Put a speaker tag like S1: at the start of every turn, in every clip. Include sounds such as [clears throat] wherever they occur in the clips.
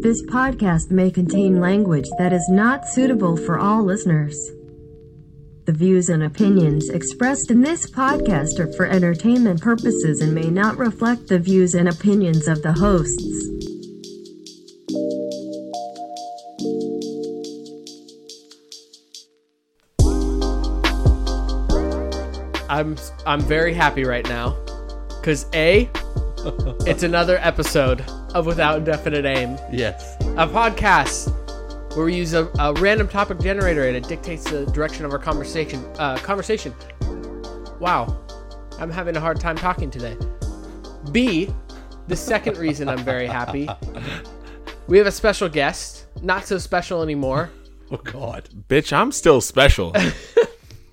S1: This podcast may contain language that is not suitable for all listeners. The views and opinions expressed in this podcast are for entertainment purposes and may not reflect the views and opinions of the hosts.
S2: I'm I'm very happy right now, cause a, it's another episode of Without Indefinite Aim,
S3: Yes.
S2: a podcast where we use a, a random topic generator and it dictates the direction of our conversation. Uh, conversation. Wow, I'm having a hard time talking today. B, the second reason I'm very happy, we have a special guest. Not so special anymore.
S3: Oh God.
S4: Bitch, I'm
S2: [laughs]
S4: still special.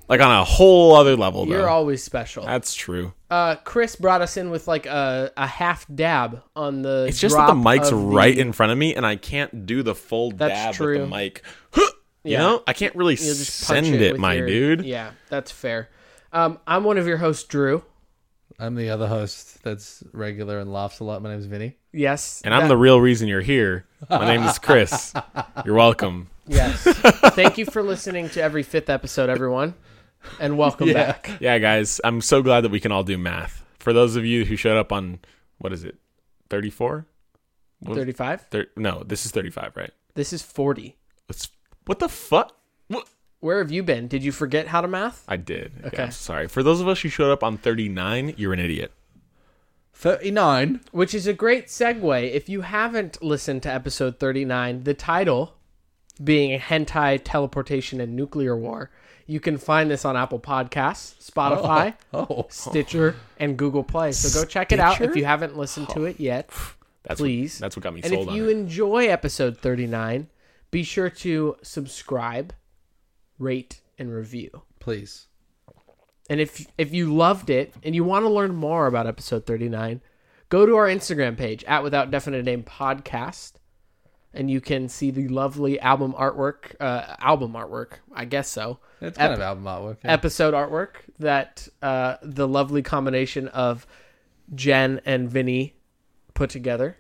S4: like on a whole other level, though.
S2: You're always special.
S4: That's true.
S2: Uh, Chris brought us in with like a, a half dab on the.
S4: It's just that the
S2: drop
S4: mic's
S2: of the-
S4: right in front of me, and I can't do the full
S2: That's
S4: dab
S2: true.
S4: with the mic. [gasps] You
S2: Yeah.
S4: know, I can't really
S2: You'll just punch
S4: send it,
S2: with
S4: my
S2: your-
S4: dude.
S2: Yeah, that's fair. Um, I'm one of your hosts, Drew.
S3: I'm the other host that's regular and laughs a lot. My name's Vinny.
S2: Yes,
S4: And I'm the real reason you're here. My name
S2: [laughs]
S4: is Chris. You're welcome.
S2: the [laughs]
S4: [laughs]
S2: yes. Thank you for listening to every fifth episode, everyone, and welcome back.
S4: Yeah, guys, I'm so glad that we can all do math. For those of you who showed up on what is it, 34?
S2: Thirty-five.
S4: Thir- no, this is 35, right?
S2: This is forty.
S4: It's, what the fuck? What?
S2: Where have you been? Did you forget how to math?
S4: I did. Okay.
S2: Okay.
S4: sorry. For those of us who showed up on 39, you're an idiot.
S3: 39.
S2: Which is a great segue. If you haven't listened to episode thirty-nine, the title being hentai teleportation and nuclear war, you can find this on Apple Podcasts,
S4: [laughs]
S2: Spotify.
S3: [laughs] Oh.
S2: Stitcher, and Google Play. So go check it out if you haven't listened to it yet.
S4: That's
S2: Please.
S4: What, that's what got me
S2: And
S4: sold
S2: if
S4: on
S2: you
S4: it.
S2: enjoy episode 39, be sure to subscribe, rate, and review.
S3: Please.
S2: And if if you loved it and you want to learn more about episode 39, go to our Instagram page at Without Definite Name Podcast, and you can see the lovely album artwork. Uh, album artwork, I guess so.
S3: It's kind
S2: Ep-
S3: of album artwork. yeah.
S2: episode artwork that uh, the lovely combination of Jen and Vinny put together.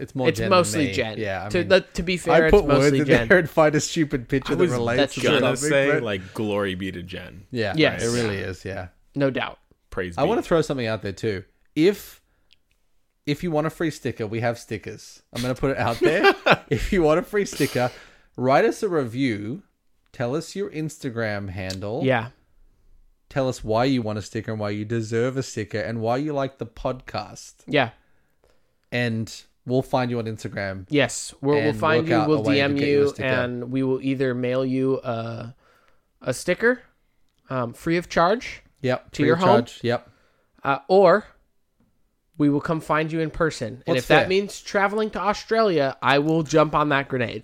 S3: it's more
S2: it's
S3: Jen than
S2: mostly
S3: me.
S2: Jen.
S3: Yeah. I,
S2: to,
S3: mean,
S2: the- to be fair,
S3: I put
S2: it's
S3: words
S2: mostly
S3: in
S2: Jen.
S3: there and find a stupid picture that
S2: was- that's
S3: relates to
S2: true.
S3: the
S4: gonna
S3: topic.
S4: say
S3: but-
S4: like glory be to Jen.
S3: yeah.
S2: Yes.
S3: It really is. Yeah.
S2: No doubt.
S4: Praise.
S3: I
S4: be.
S3: want to throw something out there too. If if you want a free sticker, we have stickers. I'm going to put it out
S2: [laughs]
S3: there. if you want a free sticker, write us a review. Tell us your Instagram handle.
S2: Yeah.
S3: Tell us why you want a sticker and why you deserve a sticker and why you like the podcast.
S2: Yeah.
S3: And we'll find you on Instagram.
S2: Yes. We'll, we'll
S3: And
S2: find
S3: work
S2: you.
S3: out
S2: We'll
S3: a way to
S2: DM
S3: get you a
S2: you,
S3: sticker.
S2: and we will either mail you a, a sticker um, free of charge,
S3: Yep.
S2: To your
S3: free of
S2: home?
S3: charge. Yep.
S2: uh, or we will come find you in person. and
S3: What's
S2: if
S3: fair?
S2: that means traveling to Australia, I will jump on that grenade.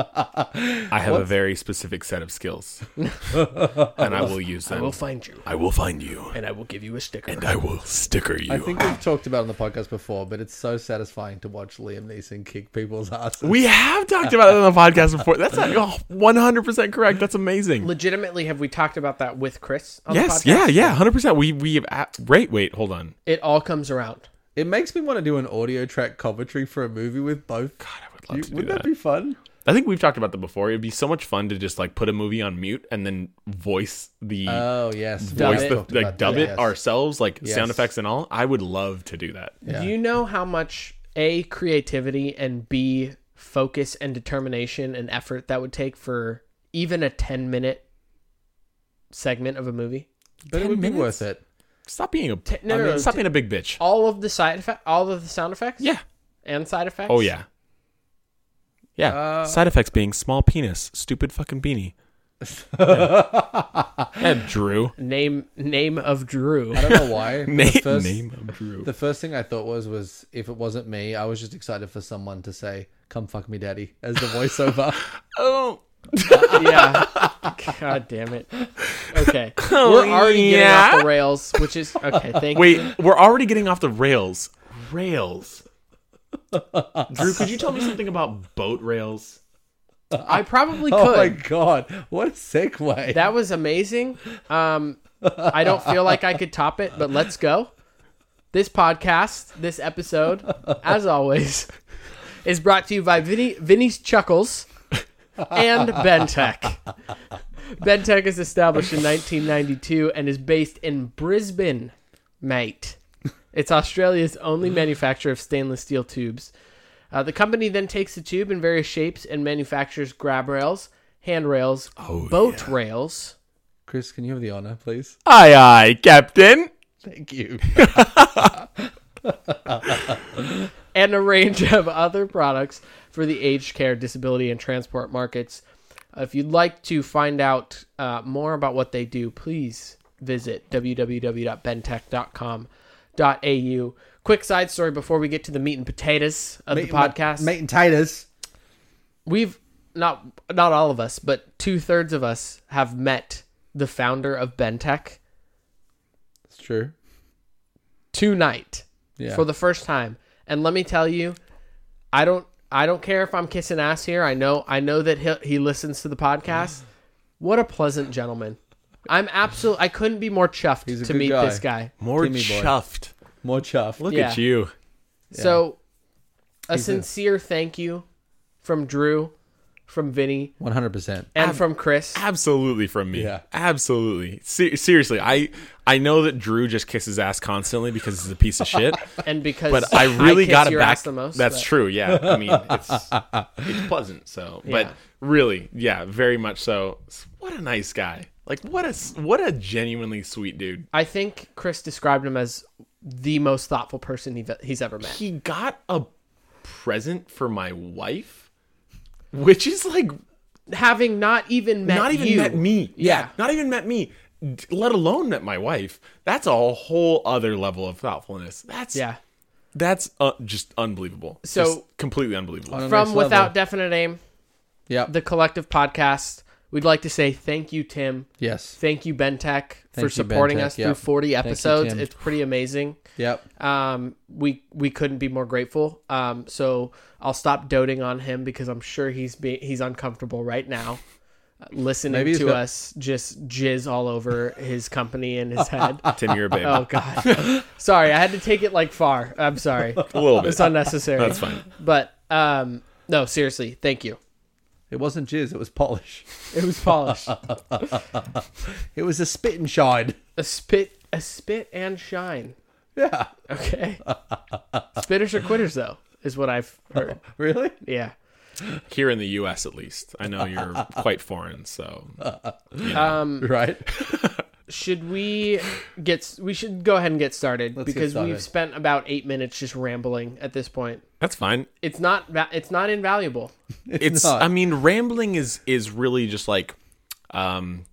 S4: I have a very specific set of
S2: [laughs]
S4: skills, and I will use them.
S2: I will find you,
S4: I will find you,
S2: and I will give you a sticker.
S4: and I will sticker you.
S3: I think we've talked about it on the podcast before, but it's so satisfying to watch Liam Neeson kick people's asses.
S4: we have talked about it on the podcast before. That's not oh, one hundred percent correct. That's amazing.
S2: legitimately have we talked about that with Chris on
S4: yes,
S2: the podcast?
S4: yeah, yeah, hundred percent. We we have at, wait, wait, hold on.
S2: It all comes around.
S3: It makes me want to do an audio track commentary for a movie with both. God,
S4: I would love to do
S3: Wouldn't
S4: that.
S3: that be fun?
S4: I think we've talked about that before. It'd be so much fun to just like put a movie on mute and then voice the
S3: Oh yes,
S4: voice
S2: it.
S4: the like dub it ourselves, like
S3: Yes.
S4: sound effects and all. I would love to do that.
S3: Yeah.
S2: Do you know how much A creativity and B focus and determination and effort that would take for even a 10 minute segment of a movie?
S3: but it
S4: 10
S3: would be
S4: minutes?
S3: worth it. [laughs]
S4: Stop being a
S2: Te- no,
S4: I
S2: no,
S4: mean,
S2: no,
S4: stop
S2: te-
S4: being a big bitch.
S2: All of the side effect all of the sound effects?
S4: Yeah.
S2: And side effects?
S4: Oh yeah. Yeah.
S3: Uh,
S4: Side effects being small penis, stupid fucking beanie. and Drew.
S2: Name name of
S4: [laughs]
S2: Drew.
S3: I don't know why. but
S4: Name,
S3: the, first,
S4: name of Drew.
S3: the first thing I thought was was if it wasn't me, I was just excited for someone to say "Come fuck me, daddy" as
S2: [laughs]
S3: the voiceover.
S4: oh,
S2: yeah. God damn it.
S4: [laughs]
S2: Okay. We're already getting off
S4: Oh, yeah.
S2: the rails, which is okay, thank you.
S4: wait, we're already getting off the rails. Rails. Drew, could you tell me something about boat rails?
S2: I probably could.
S3: oh my god, what a segue!
S2: That was amazing. Um, I don't feel like I could top it, but let's go. This podcast, this episode, as always, is brought to you by Vinny, Vinny's Chuckles and Bentech. Bentech is established in 1992 and is based in Brisbane, mate. It's Australia's only manufacturer of stainless steel tubes. Uh, the company then takes the tube in various shapes and manufactures grab rails, handrails, boat rails.
S3: Chris, can you have the honor, please?
S2: Oh.
S4: Aye, aye, Captain.
S3: Thank you.
S2: and a range [laughs] of other products for the aged care, disability, and transport markets. Uh, If you'd like to find out uh, more about what they do, please visit www.bentech.com.au. Quick side story before we get to the meat and potatoes of the podcast.
S3: Mate and taters.
S2: We've not not all of us, but two thirds of us have met the founder of Bentech
S3: It's true.
S2: tonight
S3: Yeah.
S2: for the first time. And let me tell you, I don't I don't care if I'm kissing ass here. I know I know that he he listens to the podcast. What a pleasant gentleman. I'm absolutely I couldn't be more chuffed
S3: a
S2: to
S3: good
S2: meet
S3: guy.
S2: this guy.
S4: More
S3: Timmy boy.
S4: chuffed.
S3: More chuff.
S4: Look
S2: Yeah.
S4: at you.
S2: So a sincere thank you from Drew, from Vinny,
S3: 100%.
S2: and from Chris.
S4: Absolutely from me.
S3: Yeah.
S4: Absolutely. Se- seriously, I I know that Drew just kisses ass constantly because he's a piece of shit.
S2: [laughs] And because
S4: But I really
S2: kiss
S4: got to
S2: your
S4: back.
S2: ass the most.
S4: that's
S2: but-
S4: true. Yeah. I [laughs] mean, it's it's pleasant. So,
S2: Yeah.
S4: but really, yeah, very much so. What a nice guy. Like what a s- what a genuinely sweet dude.
S2: I think Chris described him as the most thoughtful person he he's ever met.
S4: He got a present for my wife, which is like
S2: Having not even met
S4: not even
S2: you.
S4: met me. Yeah.
S2: Yeah.
S4: Not even met me, d- let alone met my wife. That's a whole other level of thoughtfulness. That's
S2: Yeah.
S4: That's uh, just unbelievable.
S2: So- Uh,
S4: Just completely unbelievable.
S3: the
S2: from
S3: next
S2: Without
S3: level.
S2: Definite Aim,
S3: Yeah.
S2: the collective podcast, we'd like to say thank you, Tim.
S3: yes.
S2: Thank you, Bentech, for
S3: you,
S2: supporting
S3: Bentech,
S2: us
S3: yeah.
S2: through 40
S3: you,
S2: episodes.
S3: Tim.
S2: it's pretty amazing.
S3: Yep.
S2: Um, we we couldn't be more grateful. Um, so I'll stop doting on him because I'm sure he's be- he's uncomfortable right now, uh, listening
S3: Maybe he's
S2: to
S3: got-
S2: us just jizz all over his company and
S3: [laughs]
S2: his head.
S4: Tim, you're a baby.
S2: oh God, sorry, I had to take it like far. I'm sorry,
S4: a little bit.
S2: it's unnecessary.
S4: That's fine.
S2: But um, no, seriously, thank you.
S3: It wasn't jizz, it was polish. [laughs]
S2: It was polished.
S3: It was a spit and shine. [laughs]
S2: a spit, a spit and shine.
S3: Yeah.
S2: Okay. Spitters or quitters, though, is what I've heard.
S3: Really?
S2: Yeah.
S4: Here in the U.S., at least, I
S2: [laughs]
S4: know you're quite foreign. So
S2: Mm.
S3: Right.
S2: Should we get? We should go ahead and get started
S3: get
S2: because
S3: started.
S2: we've spent about eight minutes just rambling at this point. [laughs]
S4: that's fine.
S2: It's not. va- It's not invaluable.
S4: It's.
S3: not.
S4: I mean, rambling is is really just like, um,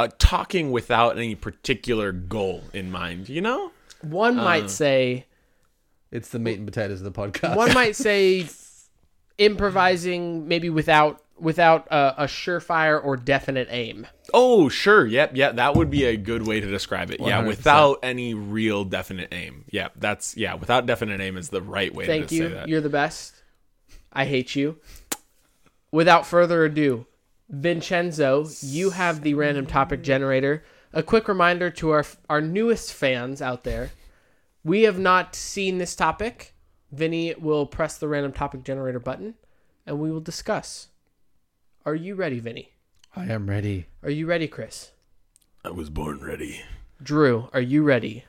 S4: uh, talking without any particular goal in mind. You know.
S2: One
S3: Uh.
S2: might say.
S3: It's the meat and potatoes of the podcast. [laughs]
S2: One might say, improvising maybe without without a, a surefire or definite aim.
S4: Oh, sure. Yep. Yeah. That would be a good way to describe it. Yeah.
S3: 100%.
S4: Without any real definite aim. Yeah. That's, yeah. Without definite aim is the right way
S2: Thank
S4: to
S2: you.
S4: say that.
S2: You're the best. I hate you. Without further ado, Vincenzo, you have the random topic generator. A quick reminder to our our newest fans out there. We have not seen this topic. Vinny will press the random topic generator button and we will discuss. Are you ready, Vinny?
S3: I am ready.
S2: Are you ready, Chris?
S4: I was born ready.
S2: Drew, are you ready?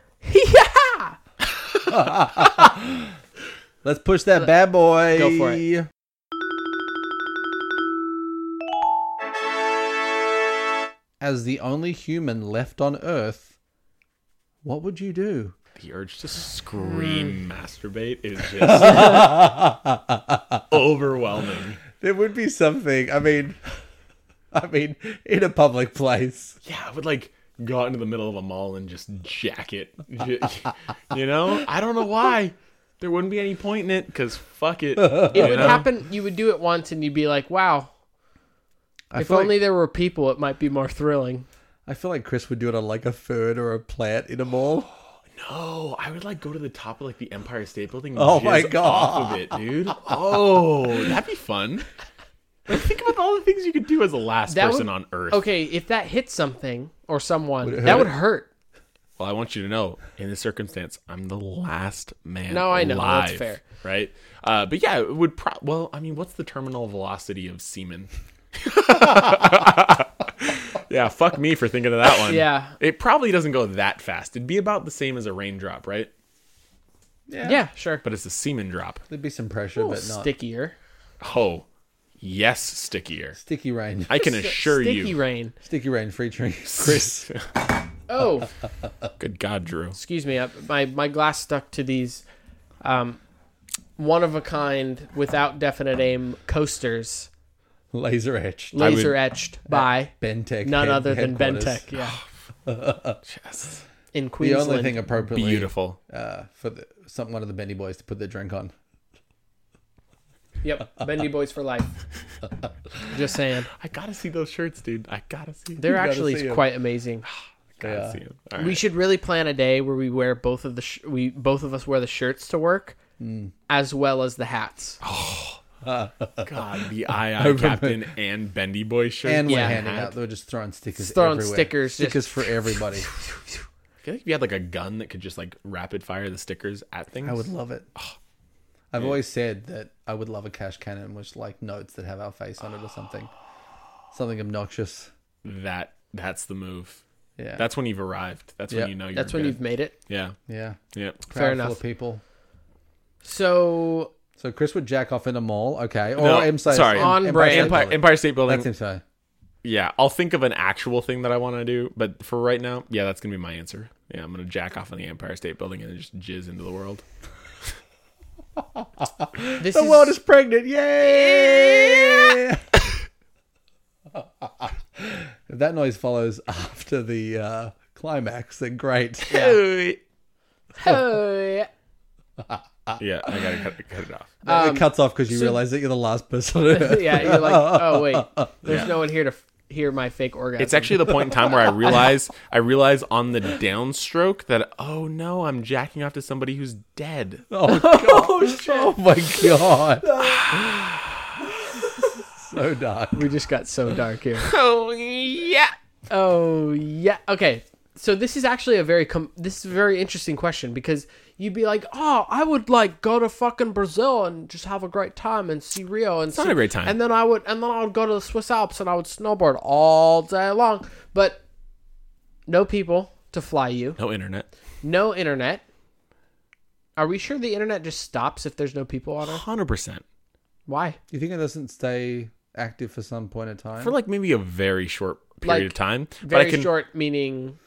S3: Let's push that bad boy.
S2: Go for it.
S3: As the only human left on Earth, what would you do?
S4: The urge to
S2: Hmm.
S4: scream, masturbate
S2: [laughs]
S4: is just overwhelming.
S3: There would be something. I mean, [laughs] I mean, in a public place.
S4: Yeah. I would like go out into the middle of a mall and just jack it. [laughs] J- You know, I don't know why. There wouldn't be any point in it because fuck it.
S2: It would happen. You would do it once and you'd be like, wow,
S3: I
S2: if
S3: feel
S2: only
S3: Like,
S2: there were people, it might be more thrilling.
S3: I feel like Chris would do it on like a fern or a plant in a mall.
S4: Oh, I would like go to the top of like the Empire State Building. And
S3: Oh my
S4: jizz
S3: God.
S4: off of it, dude! Oh, that'd be fun. Like, think about all the things you could do as the last
S2: That
S4: person
S2: would-
S4: on Earth.
S2: Okay, if that hit something or someone,
S3: it
S2: that
S3: hurt?
S2: would hurt.
S4: Well, I want you to know, in this circumstance, I'm the last man.
S2: No, I know. That's
S4: alive,
S2: fair.
S4: right? Uh, but yeah, it would. Pro- well, I mean, what's the terminal velocity of semen? [laughs] yeah, fuck me for thinking of that one.
S2: Yeah.
S4: it probably doesn't go that fast. It'd be about the same as a raindrop, right?
S2: Yeah, sure.
S4: But it's a semen drop.
S3: [sighs] There'd be some pressure, but not
S2: stickier.
S4: Oh, yes, stickier.
S3: sticky rain.
S4: I can assure
S2: Sticky
S4: [laughs] you.
S2: rain.
S3: [laughs] sticky rain
S2: [laughs]
S3: featuring Chris.
S2: Oh, [laughs]
S4: Good God, Drew.
S2: excuse me. I, my my glass stuck to these, um, one of a kind without definite aim coasters,
S3: Laser etched.
S4: would-
S2: laser etched by
S3: Bentec.
S2: none
S3: head-
S2: other than
S3: headquarters.
S2: Bentec. Yeah,
S3: [sighs]
S4: Yes.
S2: in
S3: The
S2: Queensland.
S3: only thing appropriately
S4: Beautiful.
S3: uh, for the, some one of the Bendy Boys to put their drink on.
S2: Yep,
S3: [laughs]
S2: Bendy Boys for life. Just saying,
S4: I gotta see those shirts, dude. I gotta see.
S2: they're
S3: gotta
S2: actually
S3: see 'em.
S2: quite amazing.
S4: gotta
S3: Yeah.
S4: see them. All right.
S2: We should really plan a day where we wear both of the sh- we both of us wear the shirts to work,
S4: Mm.
S2: as well as the hats.
S4: Oh, God, the [laughs] I I Captain [laughs] and Bendy Boy shirt.
S3: And we're
S2: Yeah.
S3: handing out. They're just throwing stickers.
S2: Just throwing
S3: everywhere.
S2: stickers, just-
S3: Stickers for
S2: [laughs]
S3: everybody.
S4: I feel like if you had like a gun that could just like rapid fire the stickers at things.
S3: I would love it. I've always said that I would love a cash cannon with like notes that have our face on it or something. Something obnoxious.
S4: that. That's the move.
S3: Yeah.
S4: That's when you've arrived. That's
S3: Yeah.
S4: when you know you're.
S2: That's when
S4: good.
S2: you've made it.
S4: Yeah.
S3: yeah.
S4: Yeah.
S2: Fair
S3: Crowd full
S2: enough.
S3: of people.
S2: So
S3: So Chris would jack off in a mall, okay? Or
S4: No,
S3: M Size-
S4: sorry.
S3: M-
S2: On
S3: Empire
S2: brand.
S3: State
S4: Empire
S3: Building.
S4: Empire State Building.
S3: That's him. Sorry.
S4: yeah, I'll think of an actual thing that I want to do, but for right now, yeah, that's gonna be my answer. Yeah, I'm gonna jack off in the Empire State Building and then just jizz into the world.
S2: this
S3: The
S2: is,
S3: world is pregnant. Yay! [laughs] if that noise follows after the uh, climax, then great.
S4: Yeah,
S2: Hey.
S4: I gotta cut, cut it off.
S3: it cuts off because you realize that you're the last person. on [laughs] earth.
S2: yeah, you're like, oh
S4: [laughs]
S2: wait, there's
S4: Yeah.
S2: no one here to f- hear my fake orgasm.
S4: It's actually the point in time where I realize I realize on the downstroke that oh no, I'm jacking off to somebody who's dead.
S3: oh, God. oh my god! [laughs] so dark.
S2: we just got so dark here.
S4: Oh yeah.
S2: oh yeah, okay. So this is actually a very com- this is a very interesting question because you'd be like, oh, I would like go to fucking Brazil and just have a great time and see Rio and it's
S4: not a great time.
S2: and then I would and then I would go to the Swiss Alps and I would snowboard all day long, but no people to fly you,
S4: No internet.
S2: no internet. Are we sure the internet just stops if there's no people on it?
S4: Hundred percent.
S2: Why?
S3: Do you think it doesn't stay active for some point in time?
S4: For like maybe a very short period
S2: Like,
S4: of time. But
S2: Very
S4: I can
S2: short, meaning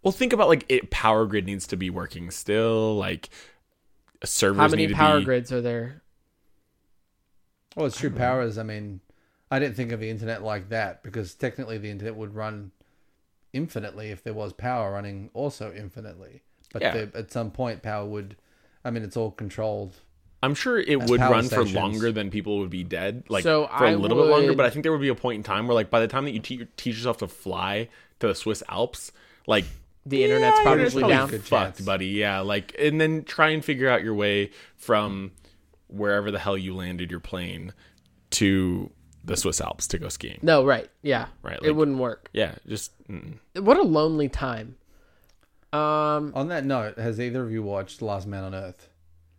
S4: well think about like it power grid needs to be working still, like servers
S2: how many
S4: need
S2: power
S4: to be,
S2: grids are there?
S3: well, it's true powers. I mean, I didn't think of the internet like that because technically the internet would run infinitely if there was power running also infinitely. But
S4: Yeah.
S3: the, at some point, power would. I mean, it's all controlled.
S4: I'm sure it would
S3: power
S4: run
S3: stations.
S4: for longer than people would be dead, like
S2: So
S4: for
S2: I
S4: a little bit longer.
S2: would-
S4: But I think there would be a point in time where, like, by the time that you te- teach yourself to fly to the Swiss Alps, like
S2: The internet's probably
S4: internet's
S2: down.
S3: Good chance.
S4: fucked, buddy. Yeah, like, and then try and figure out your way from wherever the hell you landed your plane to the Swiss Alps to go skiing.
S2: No, right. Yeah.
S4: Right,
S2: it
S4: like-
S2: wouldn't work.
S4: Yeah, just mm.
S2: What a lonely time. Um
S3: On that note, has either of you watched Last Man on Earth?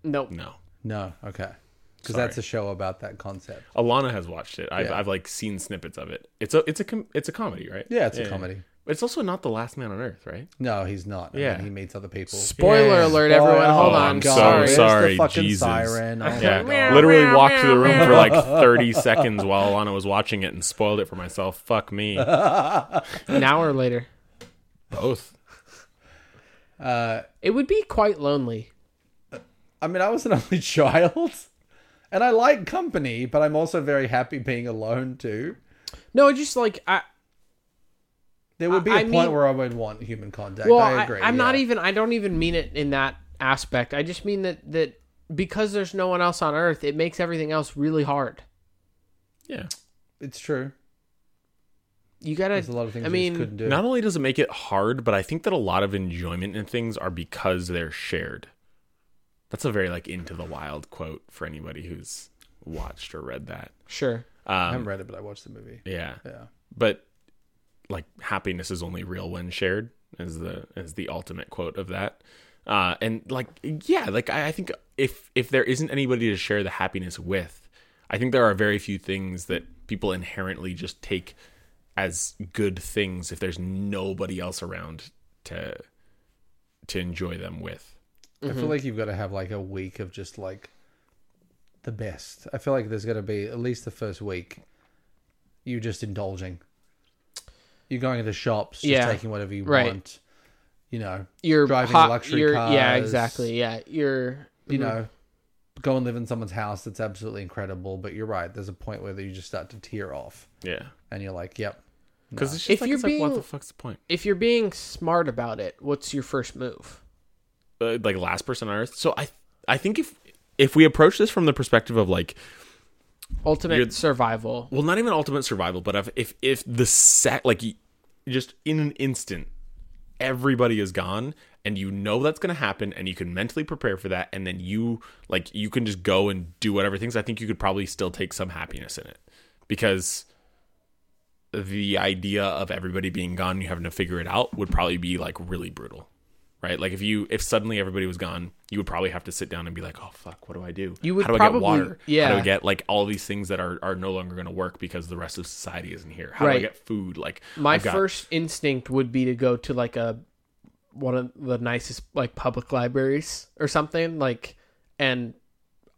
S2: no.
S3: [laughs]
S4: no.
S3: No. Okay. Because that's a show about that concept.
S4: Alana has watched it. I've,
S3: Yeah.
S4: I've like seen snippets of it. It's a it's a com- it's a comedy, right?
S3: Yeah, it's a comedy.
S4: But it's also not the Last Man on Earth, right?
S3: No, he's not. I
S4: Yeah.
S3: mean, he meets other people.
S2: Spoiler
S4: Yeah.
S2: alert everyone.
S3: Oh,
S2: Hold
S4: oh,
S2: on.
S4: I'm so
S2: sorry.
S3: There's
S4: sorry,
S3: The fucking
S4: Jesus.
S3: siren. Oh my
S4: Yeah,
S3: God.
S4: literally walked through the room for like 30 seconds while Alana was watching it and spoiled it for myself. Fuck me.
S3: [laughs]
S2: An hour later.
S4: Both.
S2: It would be quite lonely.
S3: I mean, I was an [laughs] only child, and I like company, but I'm also very happy being alone too.
S2: No, I just like I
S3: There would be a
S2: I- I
S3: point
S2: mean-
S3: where I would want human contact.
S2: well,
S3: I
S2: I
S3: agree.
S2: am not
S3: yeah.
S2: even I don't even mean it in that aspect. I just mean that that because there's no one else on earth, it makes everything else really hard.
S4: Yeah.
S3: It's true.
S2: You gotta.
S3: There's a lot of things
S2: I
S3: I
S2: mean,
S3: just couldn't do.
S4: Not only does it make it hard, but I think that a lot of enjoyment in things are because they're shared. That's a very like into the wild quote for anybody who's watched or read that.
S2: sure.
S3: I
S4: Um,
S3: haven't read it, but I watched the movie.
S4: yeah.
S3: Yeah.
S4: But like happiness is only real when shared. is the is the ultimate quote of that. Uh, and like yeah, like I, I think if if there isn't anybody to share the happiness with, I think there are very few things that people inherently just take as good things if there's nobody else around to to enjoy them with.
S3: I
S2: Mm-hmm.
S3: feel like you've got to have like a week of just like the best. I feel like there's got to be at least the first week you just indulging. You're going into shops, just
S2: Yeah.
S3: taking whatever you
S2: Right.
S3: want. You know,
S2: You're
S3: driving
S2: hot-
S3: luxury
S2: you're,
S3: cars.
S2: Yeah, exactly. Yeah, you're.
S3: You know, go and live in someone's house. That's absolutely incredible. But you're right. There's a point where you just start to tear off,
S4: Yeah.
S3: and you're like, "Yep,
S4: Because it's just
S2: If
S4: like,
S2: you're
S4: it's like, what the
S2: being-
S4: fuck's the point?
S2: If you're being smart about it, what's your first move?
S4: uh, like last person on earth. So I I think if if we approach this from the perspective of like
S2: Ultimate
S4: You're-
S2: survival.
S4: well not even ultimate survival, but if if, if the set like y- just in an instant everybody is gone and you know that's going to happen and you can mentally prepare for that and then you like you can just go and do whatever things I think you could probably still take some happiness in it because the idea of everybody being gone and you having to figure it out would probably be like really brutal right like if you if suddenly everybody was gone you would probably have to sit down and be like oh fuck what do i do
S2: You would
S4: how do i
S2: probably-
S4: get water how do
S2: yeah.
S4: i get like all these things that are are no longer going to work because the rest of society isn't here how do i
S2: Right.
S4: get food like
S2: My
S4: I've got-
S2: first instinct would be to go to like a one of the nicest like public libraries or something like and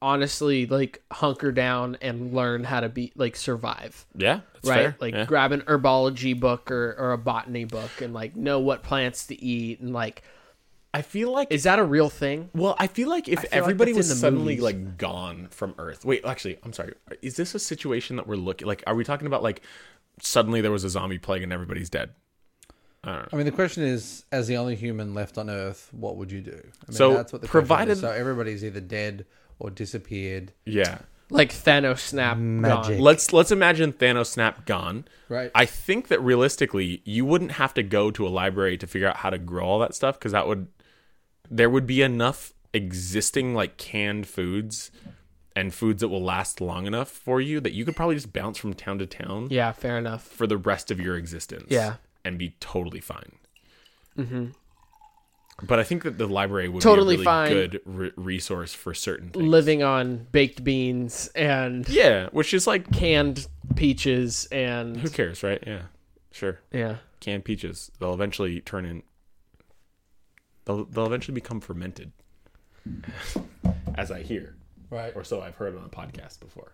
S2: honestly like hunker down and learn how to be like survive
S4: yeah that's
S2: right
S4: fair.
S2: like
S4: Yeah.
S2: grab an herbology book or, or a botany book and like know what plants to eat and like
S4: i feel like
S2: is that a real thing
S4: Well, I feel like if
S2: feel like
S4: everybody
S2: that's in
S4: was
S2: the
S4: suddenly
S2: movies.
S4: like gone from Earth. Wait, actually, I'm sorry. Is this a situation that we're looking like? Are we talking about like suddenly there was a zombie plague and everybody's dead?
S3: I mean, the question is, as the only human left on Earth, what would you do? I mean,
S4: So,
S3: question is.
S4: provided-
S3: so everybody's either dead or disappeared,
S4: Yeah.
S2: like thanos snap gone.
S3: Magic.
S4: Let's let's imagine Thanos snap gone.
S3: right?
S4: I think that realistically, you wouldn't have to go to a library to figure out how to grow all that stuff because that would there would be enough existing like canned foods and foods that will last long enough for you that you could probably just bounce from town to town.
S2: yeah fair enough
S4: for the rest of your existence.
S2: Yeah.
S4: And be totally fine. Mm-hmm. But I think that the library would
S2: Totally
S4: be a really
S2: fine.
S4: good re- resource for certain things.
S2: living on baked beans and
S4: yeah, which is like,
S2: canned peaches and
S4: who cares, right? Yeah, sure.
S2: yeah
S4: Canned peaches, they'll eventually turn in. They'll, they'll eventually become [laughs] fermented, as I hear,
S3: right.
S4: or so I've heard on a podcast before.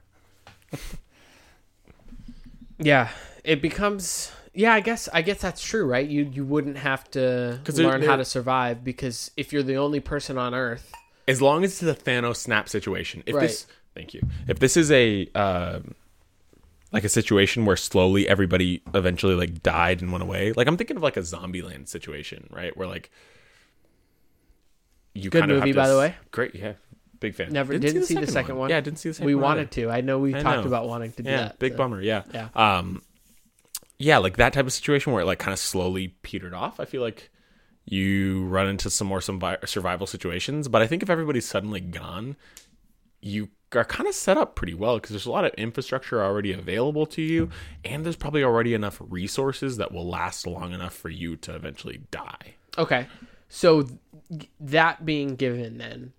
S2: yeah it becomes yeah i guess i guess that's true right you you wouldn't have to
S4: 'Cause there-
S2: learn how
S4: there-
S2: to survive because if you're the only person on earth
S4: as long as it's a Thanos snap situation. If
S2: Right.
S4: this, thank you. If this is a um like a situation where slowly everybody eventually like died and went away, like I'm thinking of like a Zombieland situation, right? Where like you
S2: Good
S4: kind of have
S2: movie,
S4: to
S2: by the
S4: s-
S2: way.
S4: Great, yeah, big fan.
S2: Never- didn't see the second one.
S4: Yeah, didn't see the second
S2: we
S4: one.
S2: wanted to i know we
S4: I
S2: talked
S4: know.
S2: about wanting to do
S4: Yeah,
S2: that
S4: big
S2: so-
S4: bummer. Yeah,
S2: yeah
S4: um yeah like that type of situation where it like kind of slowly petered off i feel like you run into some more some survival situations but i think if everybody's suddenly gone you are kind of set up pretty well because there's a lot of infrastructure already available to you and there's probably already enough resources that will last long enough for you to eventually die
S2: Okay. So th- that being given then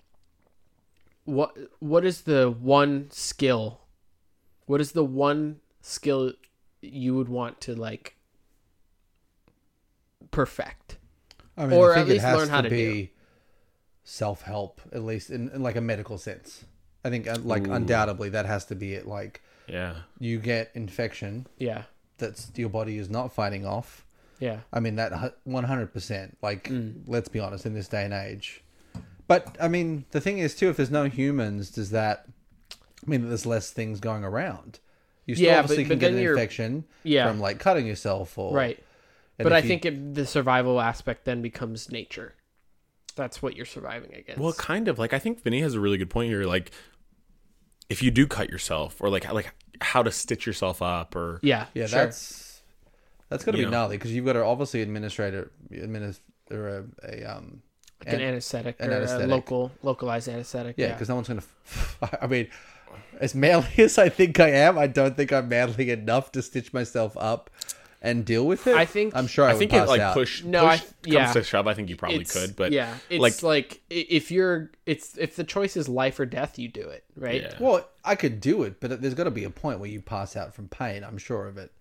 S2: what what is the one skill? What is the one skill you would want to like perfect?
S3: I
S2: Or at least learn how to
S3: self help, at least in, in like a medical sense. I think, uh, like, undoubtedly, that has to be it. Like,
S4: yeah
S3: you get infection
S2: Yeah.
S3: that's your body is not fighting off.
S2: Yeah.
S3: I mean, that hu- 100%. Like,
S2: Mm.
S3: let's be honest, in this day and age. But, I mean, the thing is, too, if there's no humans, does that mean that there's less things going around? You still
S2: Yeah, but-
S3: obviously
S2: but
S3: can get
S2: then
S3: an
S2: you're-
S3: infection
S2: Yeah.
S3: from, like, cutting yourself or.
S2: Right.
S3: and
S2: But
S3: if
S2: I
S3: you-
S2: think it, the survival aspect then becomes nature. That's what you're surviving against.
S4: Well, kind of like I think Vinny has a really good point here. Like, if you do cut yourself, or like like how to stitch yourself up, or
S2: yeah.
S3: Yeah,
S2: sure.
S3: that's that's got to
S4: You
S3: be
S4: know.
S3: gnarly because you've got to obviously administrate a, administer a, a um
S2: like an
S3: an-
S2: anesthetic
S3: an
S2: or a
S3: anesthetic.
S2: local localized anesthetic.
S3: yeah because no one's gonna. [laughs] f- I mean, [laughs] as manly as I think I am, I don't think I'm manly enough to stitch myself up and deal with it,
S2: I think-
S3: I'm sure I,
S4: I
S3: would
S4: think
S3: pass
S4: it like
S3: out.
S4: push.
S2: No, I-
S4: push
S2: yeah.
S4: Comes to shove, I think you probably
S2: It's-
S4: could, but
S2: yeah, it's
S4: like,
S2: like, i- if you're it's if the choice is life or death, you do it, right?
S4: Yeah.
S3: Well, I could do it, but there's got to be a point where you pass out from pain. I'm sure of it.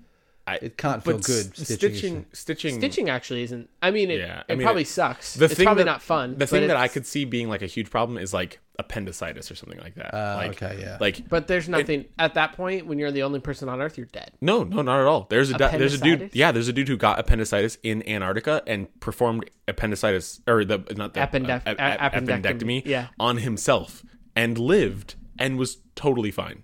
S4: I-
S3: It can't feel
S4: but
S3: good.
S4: s-
S3: Stitching, is-
S4: stitching, stitching,
S2: Stitching actually isn't. I mean, it,
S4: Hmm. Yeah,
S2: it
S4: I mean,
S2: probably
S4: it-
S2: sucks.
S4: The
S2: it's
S4: thing
S2: probably
S4: that-
S2: not fun.
S4: The
S2: but
S4: thing that
S2: it's-
S4: I could see being like a huge problem is like appendicitis or something like that.
S3: Ah,
S4: like,
S3: okay, yeah.
S4: Like,
S2: But there's nothing at that point when you're the only person on Earth. You're dead.
S4: no, no, not at all. There's a du- there's a dude.
S2: Appendicitis?
S4: Yeah, there's a dude who got appendicitis in Antarctica and performed appendicitis or the not the uh,
S2: Appendec-
S4: a- a-
S2: a- appendectomy,
S4: appendectomy
S2: yeah.
S4: on himself and lived and was totally fine.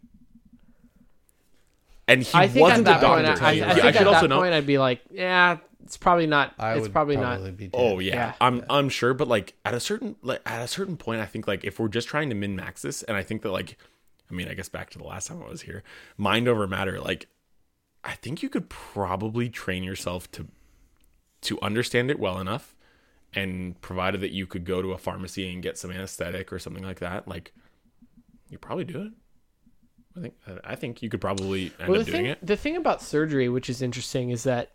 S4: And he
S2: I think at
S4: wasn't a
S2: that
S4: doctor.
S2: point, I, I, I
S4: Yeah,
S2: think
S4: I should
S2: at
S4: also
S2: that
S4: know.
S2: point, I'd be like, yeah, it's probably not.
S3: I
S2: it's
S3: would
S2: probably,
S3: probably
S2: not.
S3: be dead.
S4: Oh yeah.
S2: Yeah.
S4: I'm I'm sure, but like at a certain like at a certain point, I think like if we're just trying to min max this, and I think that like, I mean, I guess back to the last time I was here, mind over matter. Like, I think you could probably train yourself to to understand it well enough, and provided that you could go to a pharmacy and get some anesthetic or something like that, like you probably do it. I think uh, I think you could probably end
S2: Well,
S4: up
S2: the
S4: doing
S2: thing,
S4: it.
S2: the thing about surgery, which is interesting, is that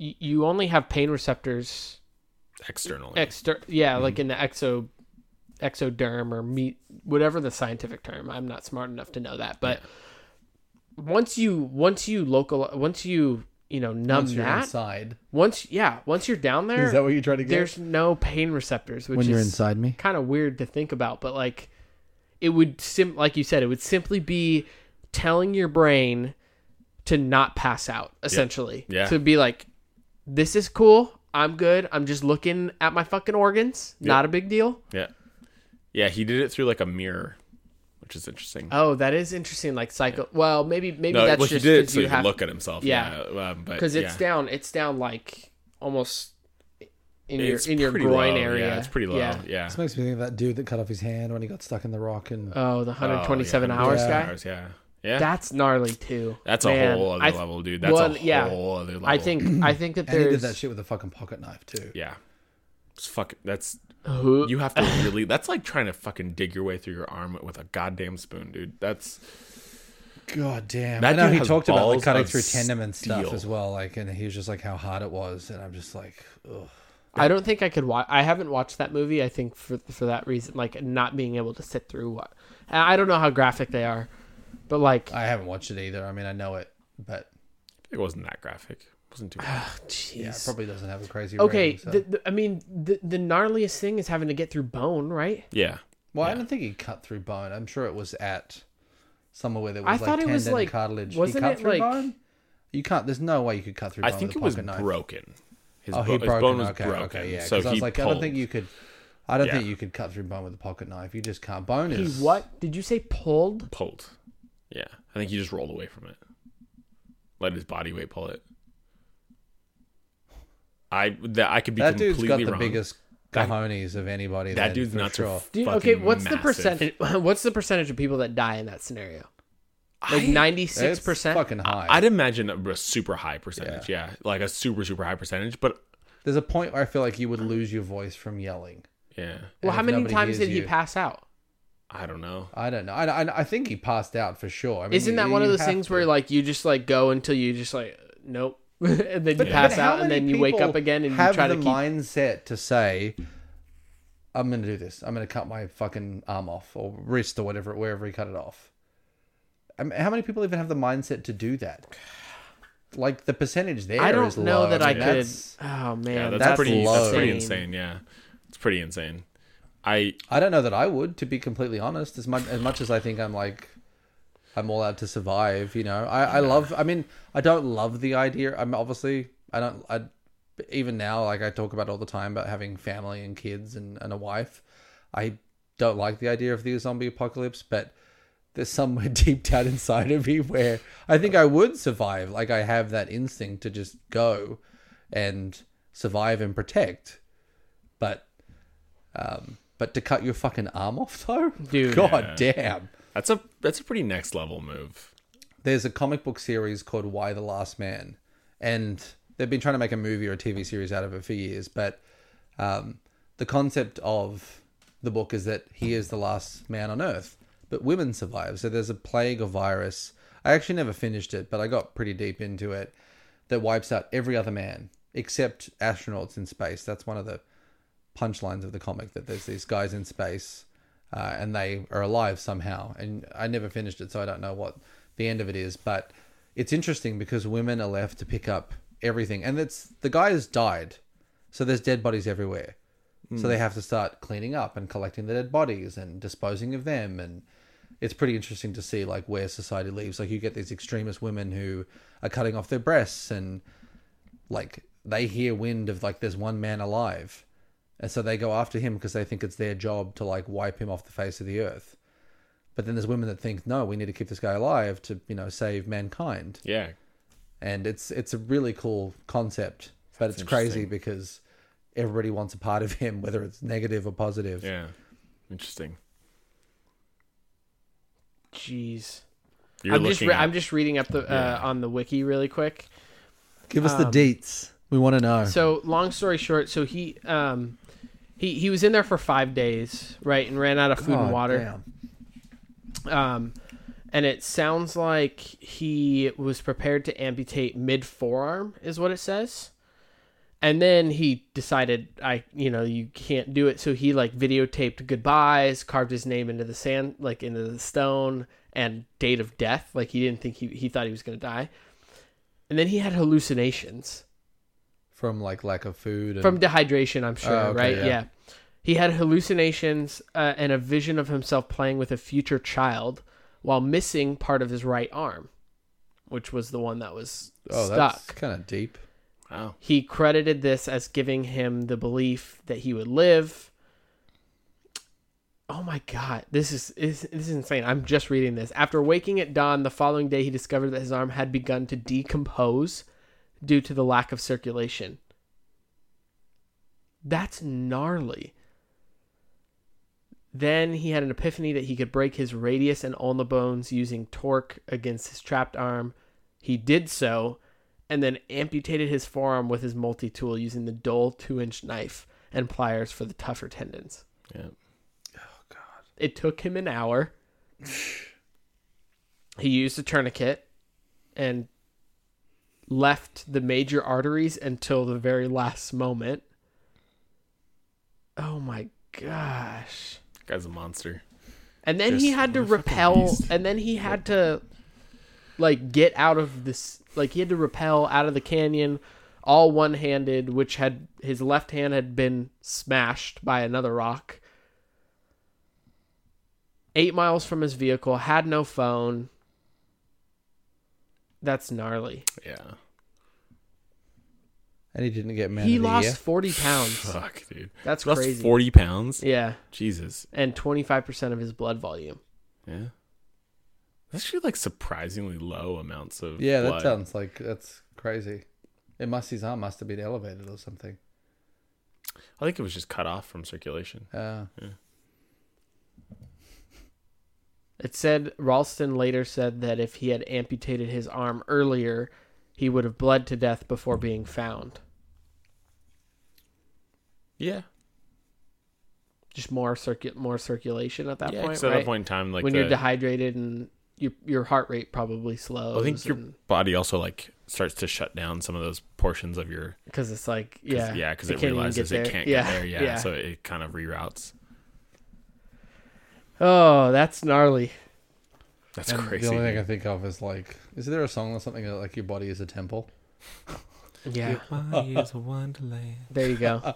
S2: y- you only have pain receptors
S4: externally.
S2: exter yeah
S4: Mm-hmm.
S2: like in the exo exoderm or meat whatever the scientific term i'm not smart enough to know that but once you once you local once you you know numb
S3: Once you're
S2: that
S3: inside,
S2: once yeah once you're down there
S3: is that what you're trying to get?
S2: there's no pain receptors which
S3: when you're
S2: is
S3: inside me,
S2: kind of weird to think about but like it would sim like you said it would simply be telling your brain to not pass out essentially
S4: Yeah.
S2: to be like this is cool i'm good i'm just looking at my fucking organs not a big deal
S4: yeah, yeah. He did it through like a mirror, which is interesting.
S2: oh that is interesting like psycho well maybe maybe
S4: No,
S2: that's
S4: well,
S2: just
S4: he did it
S2: because
S4: so
S2: you
S4: he could
S2: have
S4: look at himself.
S2: Yeah.
S4: Yeah, um, but
S2: because it's
S4: yeah.
S2: down it's down like almost in
S4: It's
S2: your in your
S4: pretty
S2: groin
S4: low,
S2: area
S4: Yeah, it's pretty low. Yeah, yeah. Oh,
S3: this makes me think of that dude that cut off his hand when he got stuck in the rock and
S2: oh the
S4: Oh, yeah,
S2: 127
S4: yeah,
S2: hours guy
S4: Hours, yeah, yeah.
S2: that's gnarly too
S4: that's a
S2: Man,
S4: whole other
S2: I-
S4: level, dude. That's
S2: well,
S4: a whole
S2: yeah.
S4: other level.
S2: I think [clears throat] I think that
S3: and he did
S2: there's
S3: that shit with a fucking pocket knife too.
S4: Yeah. It's fuck. That's
S2: Who-
S4: you
S2: [laughs]
S4: have to really. That's like trying to fucking dig your way through your arm with a goddamn spoon, dude. That's
S3: God damn!
S4: That
S3: I know
S4: dude
S3: he
S4: has
S3: talked about like
S4: balls
S3: cutting
S4: of
S3: through tendon and stuff
S4: steel.
S3: as well, like, and he was just like how hard it was, and I'm just like, ugh.
S2: I don't think I could watch. I haven't watched that movie. I think for for that reason, like not being able to sit through what. and I don't know how graphic they are, but like
S3: I haven't watched it either. I mean, I know it, but
S4: it wasn't that graphic. It
S2: [sighs]
S4: wasn't too. bad.
S3: yeah, it
S2: jeez.
S3: probably doesn't have a crazy.
S2: okay,
S3: rating, so.
S2: the, the, I mean the the gnarliest thing is having to get through bone, right?
S4: yeah.
S3: Well, I don't think he cut through bone. I'm sure it was at somewhere where there
S2: I
S3: was like
S2: thought it
S3: tendon
S2: was,
S3: and
S2: like-
S3: cartilage.
S2: wasn't
S3: he cut
S2: it,
S3: through
S2: like-
S3: bone? You can't. There's no way you could cut through.
S4: I
S3: bone
S4: think it
S3: with a
S4: was
S3: pocket knife.
S4: broken. His,
S3: Oh,
S4: bo-
S3: he
S4: his
S3: broke.
S4: bone was
S3: okay,
S4: broken.
S3: okay, yeah.
S4: so
S3: 'cause
S4: he
S3: I was like,
S4: pulled.
S3: I don't think you could. I don't
S4: Yeah.
S3: think you could cut through bone with a pocket knife. You just can't. Bone
S2: He
S3: is
S2: what? Did you say pulled?
S4: pulled. Yeah, I think he just rolled away from it. Let his body weight pull it. I that I could be
S3: That dude's
S4: completely
S3: got the
S4: wrong.
S3: biggest
S4: That-
S3: cojones of anybody.
S4: that
S3: then,
S4: dude's
S3: for
S4: nuts are
S3: Sure.
S2: Do you-
S4: fucking
S2: okay, what's the
S4: massive.
S2: percentage? [laughs] What's the percentage of people that die in that scenario? Like ninety six
S3: It's
S2: percent.
S3: Fucking high.
S4: I'd imagine a, a super high percentage. Yeah. like a super super high percentage. But
S3: There's a point where I feel like you would lose your voice from yelling.
S4: yeah,
S2: Well,
S3: if
S2: how many
S3: nobody
S2: times
S3: hears
S2: did he
S3: you-
S2: pass out?
S4: I don't know.
S3: I don't know. I, I, I think he passed out for sure. I mean,
S2: Isn't that
S3: you-
S2: one of
S3: you
S2: those
S3: have
S2: things
S3: to.
S2: where like you just like go until you just like nope, [laughs] and then you pass
S3: But how
S2: out, and
S3: many
S2: then you wake
S3: people
S2: up again and you
S3: have
S2: try to
S3: the
S2: keep.
S3: mindset to say, "I'm going to do this. I'm going to cut my fucking arm off or wrist or whatever, wherever he cut it off." I mean, how many people even have the mindset to do that? Like the percentage there.
S2: I don't
S3: is
S2: know
S3: low.
S2: that I could.
S3: mean, that's-
S2: Oh man,
S4: Yeah, that's,
S3: that's
S4: pretty. That's pretty
S2: insane.
S4: insane. Yeah, it's pretty insane. I
S3: I don't know that I would, to be completely honest. As much as much as I think I'm like, I'm all out to survive. You know, I, I love. I mean, I don't love the idea. I'm obviously. I don't. I even now, like I talk about all the time about having family and kids and, and a wife. I don't like the idea of the zombie apocalypse, but there's somewhere [laughs] deep down inside of me where I think I would survive. Like I have that instinct to just go and survive and protect. But um but to cut your fucking arm off though?
S2: Dude.
S3: God damn.
S4: that's a that's a pretty next level move.
S3: There's a comic book series called Why the Last Man and they've been trying to make a movie or a TV series out of it for years, but um the concept of the book is that he is the last man on earth, but women survive. So there's a plague or virus. I actually never finished it, but I got pretty deep into it. that wipes out every other man except astronauts in space. That's one of the punchlines of the comic that there's these guys in space uh, and they are alive somehow. And I never finished it, so I don't know what the end of it is. But it's interesting because women are left to pick up everything, and it's the guy has died, so there's dead bodies everywhere. So they have to start cleaning up and collecting the dead bodies and disposing of them and it's pretty interesting to see like where society leaves. Like you get these extremist women who are cutting off their breasts and like they hear wind of like there's one man alive. And so they go after him because they think it's their job to like wipe him off the face of the earth. But then there's women that think, no, we need to keep this guy alive to, you know, save mankind.
S4: Yeah.
S3: And it's it's a really cool concept. But it's crazy because everybody wants a part of him, [laughs] whether it's negative or positive.
S4: Yeah. Interesting.
S2: Jeez.
S4: You're
S2: I'm just
S4: looking
S2: re-
S4: at-
S2: I'm just reading up the uh, on the wiki really quick.
S3: Give us the deets. We want to know.
S2: Um, So long story short, so he um he he was in there for five days, right, and ran out of food and
S3: God
S2: water.
S3: damn.
S2: Um, and it sounds like he was prepared to amputate mid forearm, is what it says. And then he decided, I you know you can't do it, so he like videotaped goodbyes, carved his name into the sand, like into the stone, and date of death. Like he didn't think he he thought he was gonna die. And then he had hallucinations.
S3: From like lack of food. And,
S2: from dehydration i'm sure
S3: Oh, okay,
S2: right
S3: yeah.
S2: yeah. he had hallucinations uh, and a vision of himself playing with a future child while missing part of his right arm which was the one that was
S3: oh, that's
S2: stuck
S3: kind of deep.
S4: Wow.
S2: he credited this as giving him the belief that he would live oh my god this is, is this is insane i'm just reading this after waking at dawn the following day he discovered that his arm had begun to decompose due to the lack of circulation that's gnarly then he had an epiphany that he could break his radius and ulnar bones using torque against his trapped arm. He did so, and then amputated his forearm with his multi tool using the dull two inch knife and pliers for the tougher tendons.
S4: Yeah.
S2: It took him an hour. he used a tourniquet and left the major arteries until the very last moment. Oh my gosh.
S4: Guy's a monster.
S2: And then he
S4: Just
S2: had to
S4: a fucking
S2: repel,
S4: beast.
S2: and then he had to like get out of this. Like he had to repel out of the canyon, all one-handed, which had his left hand had been smashed by another rock. Eight miles from his vehicle, had no phone. That's gnarly.
S4: Yeah.
S3: And he didn't get man
S2: he
S3: of the
S2: lost
S3: year.
S2: forty
S3: [sighs]
S2: pounds.
S4: Fuck, dude.
S2: That's
S4: Lost
S2: crazy.
S4: forty pounds.
S2: Yeah,
S4: Jesus.
S2: and twenty-five percent of his blood volume.
S4: Yeah. That's actually like surprisingly low amounts of
S3: Yeah, that
S4: blood.
S3: sounds like that's crazy. It must his arm must have been elevated or something.
S4: I think it was just cut off from circulation.
S3: Uh,
S2: It said Ralston later said that if he had amputated his arm earlier, he would have bled to death before being found.
S4: Yeah.
S2: Just more circuit, more circulation at that
S4: yeah,
S2: point,
S4: so at
S2: right?
S4: that point in time, like
S2: when
S4: the,
S2: you're dehydrated and your your heart rate probably slows.
S4: I think your
S2: and-
S4: body also like starts to shut down some of those portions of your
S2: because it's like
S4: 'cause-
S2: yeah,
S4: yeah because it,
S2: can't even
S4: realizes
S2: get
S4: it
S2: there.
S4: can't get there yeah, so it kind of reroutes.
S2: oh, that's gnarly.
S4: That's
S3: and
S4: crazy.
S3: The only thing I
S4: dude.
S3: think of is like, is there a song or something that like your body is a temple?
S2: Yeah,
S5: Here's a wonderland.
S2: there you go.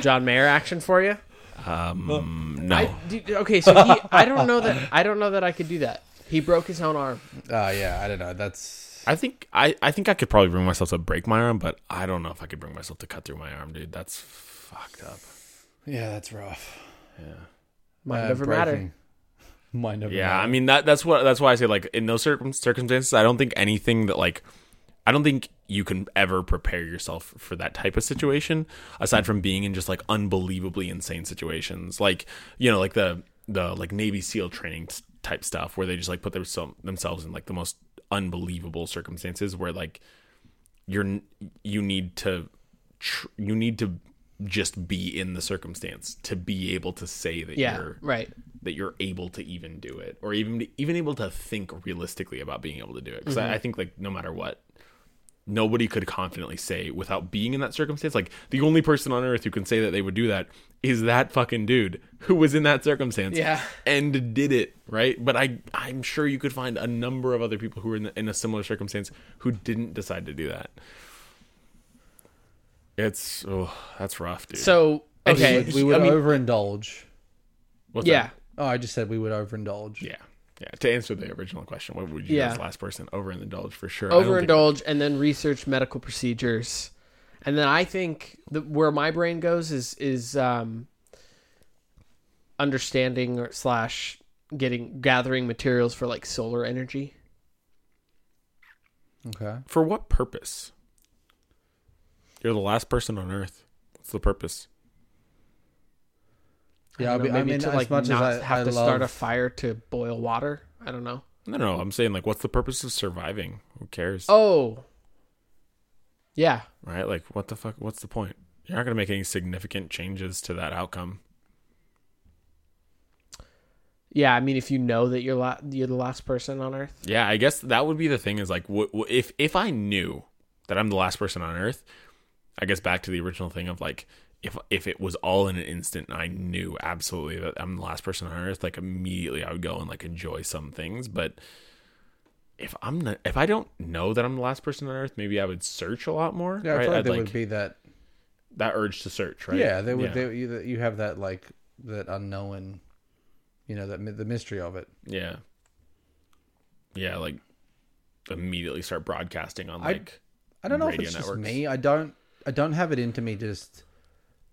S2: John Mayer action for you.
S4: um, no,
S2: I, dude, okay, so he, I don't know that I don't know that I could do that. He broke his own arm.
S3: Uh yeah, I don't know. That's
S4: I think I, I think I could probably bring myself to break my arm, but I don't know if I could bring myself to cut through my arm, dude. That's fucked up.
S3: yeah, that's rough.
S2: Might
S3: Uh,
S2: never matter.
S3: breaking. Might never.
S4: Yeah,
S3: matter.
S4: I mean that that's what that's why I say like in those circum- circumstances, I don't think anything that like I don't think you can ever prepare yourself for that type of situation aside from being in just like unbelievably insane situations. Like, you know, like the the like Navy SEAL training s- type stuff where they just like put their, themselves in like the most unbelievable circumstances where like you're n- you need to tr- you need to just be in the circumstance to be able to say that
S2: Yeah,
S4: you're
S2: right.
S4: that you're able to even do it
S2: Mm-hmm.
S4: or even even able to think realistically about being able to do it because I, I think like no matter what nobody could confidently say without being in that circumstance. Like the only person on earth who can say that they would do that is that fucking dude who was in that circumstance
S2: Yeah.
S4: and did it, right? But I I'm sure you could find a number of other people who were in, the, in a similar circumstance who didn't decide to do that. It's oh, that's rough, dude.
S2: So okay,
S3: We would
S2: I mean,
S3: overindulge.
S4: What's
S2: yeah,
S4: that?
S3: Oh, I just said we would overindulge.
S4: yeah, yeah. To answer the original question, what would you do
S2: Yeah.
S4: as the last person overindulge for sure? I don't think-
S2: overindulge and then research medical procedures, and then I think the, where my brain goes is is um, understanding or slash getting gathering materials for like solar energy.
S3: Okay.
S4: For what purpose? You're the last person on Earth. What's the purpose?
S3: Yeah,
S2: I
S3: I,
S2: don't
S3: be-
S2: know,
S3: I
S2: maybe
S3: mean,
S2: to
S3: as
S2: like
S3: much
S2: not
S3: as I,
S2: have
S3: I
S2: to
S3: love,
S2: start a fire to boil water. I don't know.
S4: No, no, I'm saying like, what's the purpose of surviving? Who cares?
S2: Oh, yeah,
S4: Right? Like, what the fuck? What's the point? You're not gonna make any significant changes to that outcome.
S2: yeah. I mean, if you know that you're la- you're the last person on Earth,
S4: Yeah, I guess that would be the thing. Is like, wh- wh- if if I knew that I'm the last person on Earth, I guess back to the original thing of like, if if it was all in an instant, and I knew absolutely that I'm the last person on Earth. Like immediately, I would go and like enjoy some things. But if I'm not, if I don't know that I'm the last person on Earth, maybe I would search a lot more.
S3: Yeah, I
S4: right?
S3: feel like
S4: I'd,
S3: there
S4: like
S3: would be that.
S4: that urge to search. Right?
S3: Yeah, there would. There, you, that you have that like that unknown, you know, that mi- the mystery of it.
S4: Yeah. Yeah, like immediately start broadcasting on
S3: I-
S4: like
S3: I don't know if
S4: radio
S3: it's
S4: networks.
S3: just me. I don't. I don't have it into me. Just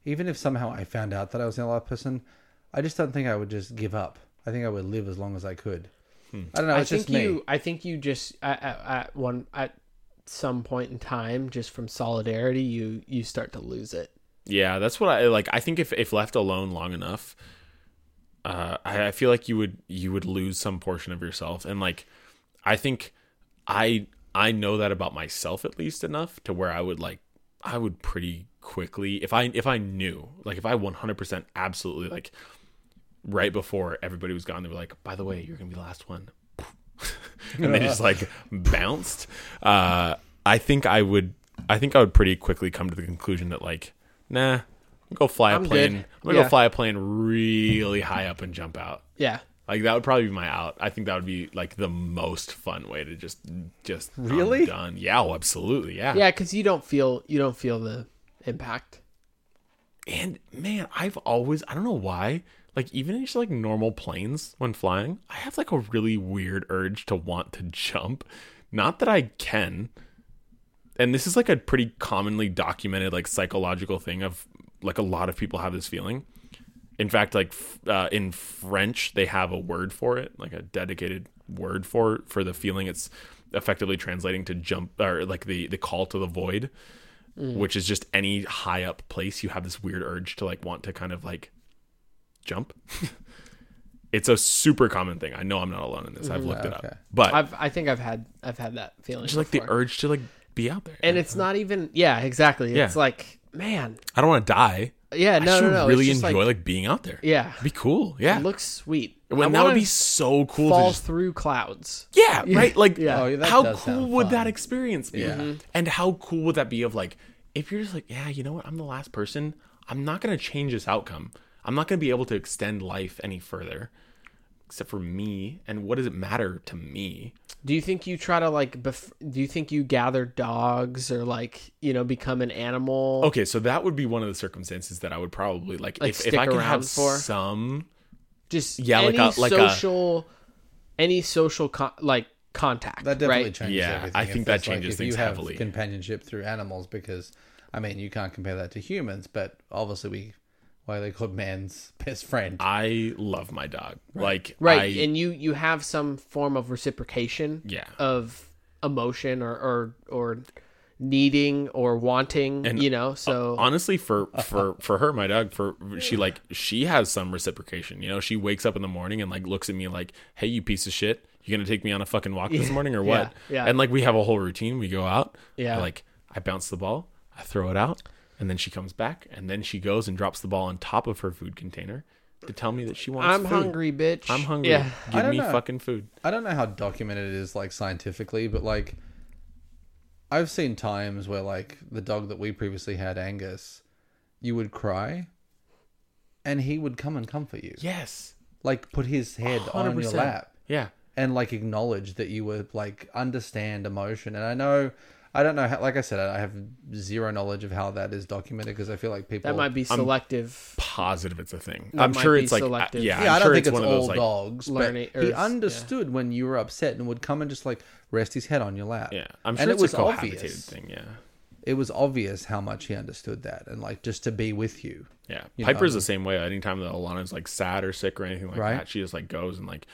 S3: even if somehow I found out that I was the last person, I just don't think I would just give up. I think I would live as long as I could. I
S4: Hmm. Oh,
S3: don't know.
S2: I
S3: It's
S2: think
S3: just me.
S2: you. I think you just at, at, at one at some point in time, just from solidarity, you you start to lose it.
S4: Yeah, that's what I like. I think if if left alone long enough, uh, I, I feel like you would you would lose some portion of yourself, and like I think I I know that about myself at least enough to where I would like I would pretty quickly if I if I knew like if I one hundred percent absolutely like right before everybody was gone they were like by the way you're gonna be the last one [laughs] and they just like bounced. Uh, I think I would. I think I would pretty quickly come to the conclusion that like, nah, go fly a
S2: I'm
S4: plane.
S2: good.
S4: I'm gonna
S2: Yeah.
S4: go fly a plane really high up and jump out.
S2: Yeah.
S4: Like that would probably be my out. I think that would be like the most fun way to just just I'm
S3: Really?
S4: done. Yeah, oh, absolutely. Yeah.
S2: Yeah, because you don't feel you don't feel the impact.
S4: And man, I've always I don't know why. Like even in just like normal planes when flying, I have like a really weird urge to want to jump. Not that I can. And this is like a pretty commonly documented like psychological thing of like a lot of people have this feeling. In fact, like f- uh, in French, they have a word for it, like a dedicated word for for the feeling. It's effectively translating to jump or like the the call to the void
S2: Mm.
S4: which is just any high up place you have this weird urge to like want to kind of like jump. [laughs] it's a super common thing. I know I'm not alone in this. I've looked it
S3: Okay.
S4: up. But
S2: Mm-hmm. I've I think I've had I've had that feeling.
S4: just like the
S2: before.
S4: urge to like be out there.
S2: and it's not even. Yeah, exactly.
S4: Yeah.
S2: It's like man.
S4: I don't want to die.
S2: Yeah,
S4: I
S2: no,
S4: just
S2: no, no.
S4: really
S2: it's just
S4: enjoy like,
S2: like,
S4: being out there.
S2: yeah.
S4: It'd be cool. Yeah.
S2: It looks sweet.
S4: when
S2: I
S4: that would
S2: wanna
S4: be so cool to
S2: fall
S4: just
S2: through clouds.
S4: Yeah, right.
S2: [laughs]
S4: Like,
S2: Yeah. Oh,
S3: yeah, that
S4: how
S3: does
S4: cool
S3: sound
S4: would that
S3: fun.
S4: experience be?
S3: Yeah. Mhm.
S4: And how cool would that be? Of like, if you're just like, yeah, you know what? I'm the last person. I'm not gonna change this outcome. I'm not gonna be able to extend life any further, except for me. And what does it matter to me?
S2: Do you think you try to like? Bef- do you think you gather dogs or like you know become an animal?
S4: Okay, so that would be one of the circumstances that I would probably like,
S2: Like,
S4: if,
S2: stick
S4: if I could
S2: around
S4: have
S2: for?
S4: some.
S2: Just
S4: Yeah,
S2: any
S4: like a- like a-
S2: social, any social con- like contact.
S3: That definitely
S2: right?
S3: changes
S4: Yeah,
S3: everything.
S4: I
S3: If
S4: think that
S3: it's like,
S4: changes
S3: if
S4: things
S3: you have
S4: heavily.
S3: Companionship through animals, because I mean, you can't compare that to humans, but obviously we, why they called man's best friend.
S4: I love my dog. Like,
S2: right
S4: I-
S2: and you you have some form of reciprocation
S4: Yeah.
S2: of emotion or or or needing or wanting
S4: And
S2: you know so [laughs]
S4: honestly for for for her my dog for she like she has some reciprocation you know she wakes up in the morning and like looks at me like hey you piece of shit you gonna take me on a fucking walk this morning or what
S2: yeah.
S4: and like we have a whole routine we go out
S2: Yeah.
S4: I, like i bounce the ball i throw it out and then she comes back and then she goes and drops the ball on top of her food container to tell me that she wants
S2: i'm
S4: food.
S2: hungry bitch
S4: i'm hungry
S2: yeah
S4: give
S3: don't
S4: me
S3: know.
S4: fucking food
S3: I don't know how documented it is, like scientifically, but like, I've seen times where like the dog that we previously had, Angus, you would cry, and he would come and comfort you.
S4: Yes.
S3: Like put his head on your
S4: 100%.
S3: lap
S4: Yeah.
S3: and like acknowledge that you were like understand emotion. And I know, I don't know how. Like I said, I have zero knowledge of how that is documented because I feel like people
S2: That might be selective.
S4: Positive it's a thing.
S2: That
S4: I'm
S2: might
S4: sure
S2: be
S4: it's like uh,
S2: selective.
S4: yeah, I'm
S3: Yeah, I don't
S4: sure
S3: think
S4: it's
S3: it's,
S4: one of
S3: all
S4: those like
S3: dogs, but
S2: learning- or
S3: he
S2: it's- yeah.
S3: understood when you were upset and would come and just like rest his head on your lap.
S4: yeah. I'm
S3: and
S4: sure it's a cohabitated
S3: obvious.
S4: thing, yeah.
S3: It was obvious how much he understood that and like just to be with you.
S4: Yeah,
S3: You know, I
S4: Piper's
S3: mean-
S4: the same way. Anytime that Alana's like sad or sick or anything like
S3: Right.
S4: that, she just like goes and like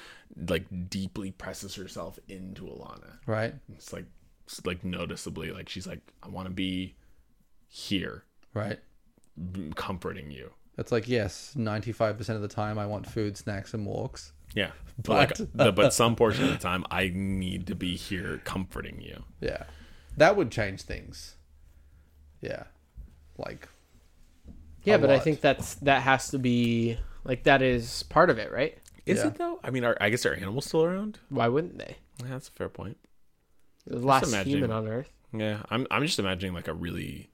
S4: like deeply presses herself into Alana.
S3: Right.
S4: It's like it's like noticeably like she's like I want to be here,
S3: Right.
S4: m- comforting you.
S3: It's like yes, ninety five percent of the time I want food, snacks, and walks.
S4: Yeah, but
S3: But-
S4: like, the,
S3: [laughs]
S4: but some portion of the time I need to be here comforting you.
S3: Yeah, that would change things. Yeah, like
S2: Yeah,
S3: a
S2: but I
S3: lot.
S2: think that's that has to be like that is part of it, right?
S4: Is
S3: Yeah.
S4: it though? I mean, are, I guess are animals still around?
S2: Why wouldn't they?
S4: Yeah, that's a fair point.
S2: The last
S4: imagine.
S2: human on Earth.
S4: Yeah, I'm I'm just imagining like a really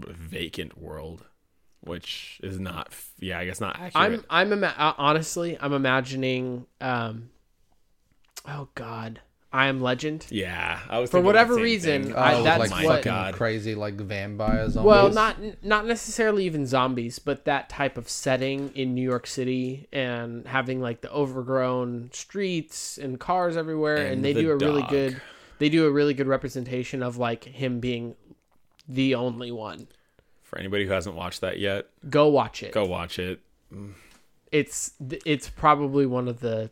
S4: vacant world, which is not f- yeah, I guess not accurate.
S2: I'm I'm ima- uh, honestly I'm imagining. um Oh God, I am Legend.
S4: yeah, I was
S2: For
S4: thinking the
S2: whatever
S4: same
S2: reason,
S4: thing.
S2: I-
S3: oh,
S2: that's
S3: like
S4: my
S2: what-
S3: fucking
S4: God.
S3: crazy like vampire zombies.
S2: Well, not not necessarily even zombies, but that type of setting in New York City and having like the overgrown streets and cars everywhere, and,
S4: And
S2: they
S4: the
S2: do a really
S4: dog.
S2: good they do a really good representation of like him being the only one.
S4: For anybody who hasn't watched that yet,
S2: Go watch it.
S4: go watch it.
S2: It's th- it's probably one of the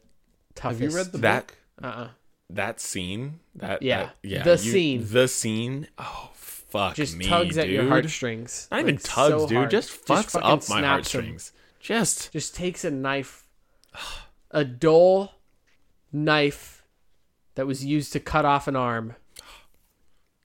S2: toughest.
S3: Have you read the
S4: That-
S3: book?
S2: Uh-uh.
S4: That scene, that
S2: Yeah.
S4: that- yeah,
S2: The scene.
S4: the scene. Oh fuck,
S2: Just
S4: me,
S2: tugs at your
S4: dude.
S2: heartstrings.
S4: Not even
S2: Like,
S4: tugs,
S2: so
S4: dude.
S2: hard.
S4: Just fucks
S2: fucking
S4: up my
S2: snaps 'em.
S4: heartstrings. Just
S2: just takes a
S4: [sighs]
S2: knife, a dull knife that was used to cut off an arm.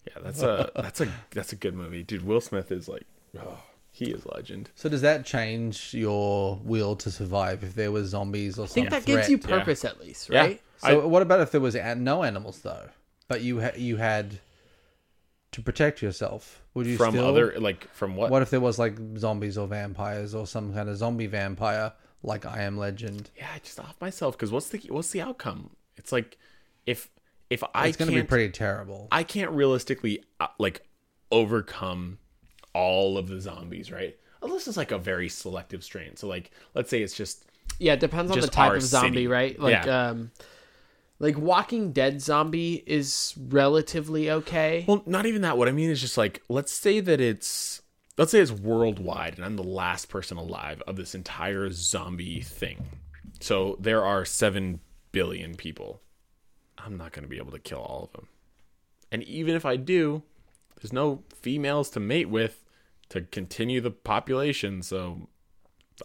S4: yeah, that's a that's a that's a good movie, dude. Will Smith is like, oh, he is legend.
S3: So does that change your will to survive if there were zombies or
S2: I think
S3: something?
S2: that gives you purpose at least, right?
S4: Yeah,
S3: So what about if there was a- no animals though, but you ha- you had to protect yourself? Would you
S4: from
S3: still,
S4: other like from what?
S3: What if there was like zombies or vampires or some kind of zombie vampire like I Am Legend?
S4: Yeah, I just off myself because what's the what's the outcome? It's like if if I
S3: It's going to be
S4: can't
S3: pretty terrible.
S4: I can't realistically uh, like overcome all of the zombies, right? Unless it's like a very selective strain. So like let's say it's just
S2: Yeah, it depends on the
S4: Just
S2: type
S4: our
S2: of zombie,
S4: city.
S2: right? Like
S4: Yeah.
S2: um like Walking Dead zombie is relatively okay.
S4: well, not even that. What I mean is just like let's say that it's let's say it's worldwide and I'm the last person alive of this entire zombie thing. So there are 7 billion people. I'm not going to be able to kill all of them. And even if I do, there's no females to mate with to continue the population, so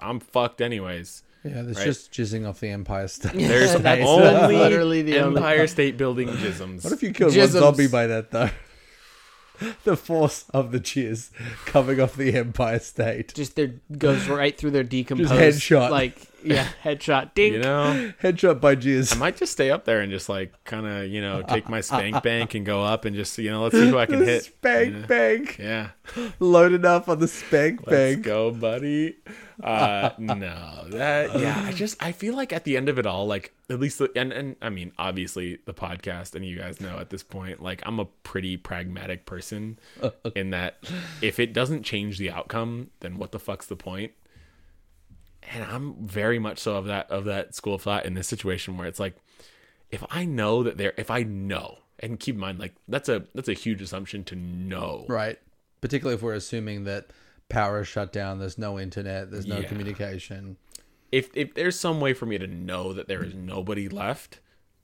S4: I'm fucked anyways.
S3: yeah, there's
S4: right.
S3: just jizzing off the Empire
S4: [laughs]
S3: State.
S4: There's
S2: That's- that's [laughs]
S4: only
S2: literally the only-
S4: Empire State Building jisms.
S3: what if you killed
S2: Jisms.
S3: one zombie by that though? [laughs] the force of the jizz coming off the Empire State.
S2: Just there goes right
S4: [laughs]
S2: through their decomposed
S3: headshot.
S2: Like yeah, headshot. Ding.
S4: you know?
S3: Headshot by
S4: I
S3: jizz.
S4: might just stay up there and just like kind of you know take my spank bank and go up and just you know let's see who I
S3: [laughs]
S4: can hit.
S3: Spank
S4: Yeah.
S3: bank.
S4: Yeah,
S3: Loaded up on the spank
S4: let's
S3: bank.
S4: go, buddy. Uh, no, that yeah. I just I feel like at the end of it all, like at least the, and and I mean obviously the podcast and you guys know at this point, like I'm a pretty pragmatic person in that if it doesn't change the outcome, then what the fuck's the point? and I'm very much so of that of that school of thought in this situation where it's like if I know that there if I know and keep in mind like that's a that's a huge assumption to know
S3: Right. Particularly if we're assuming that power is shut down, there's no internet, there's no
S4: Yeah.
S3: communication.
S4: if if there's some way for me to know that there is nobody left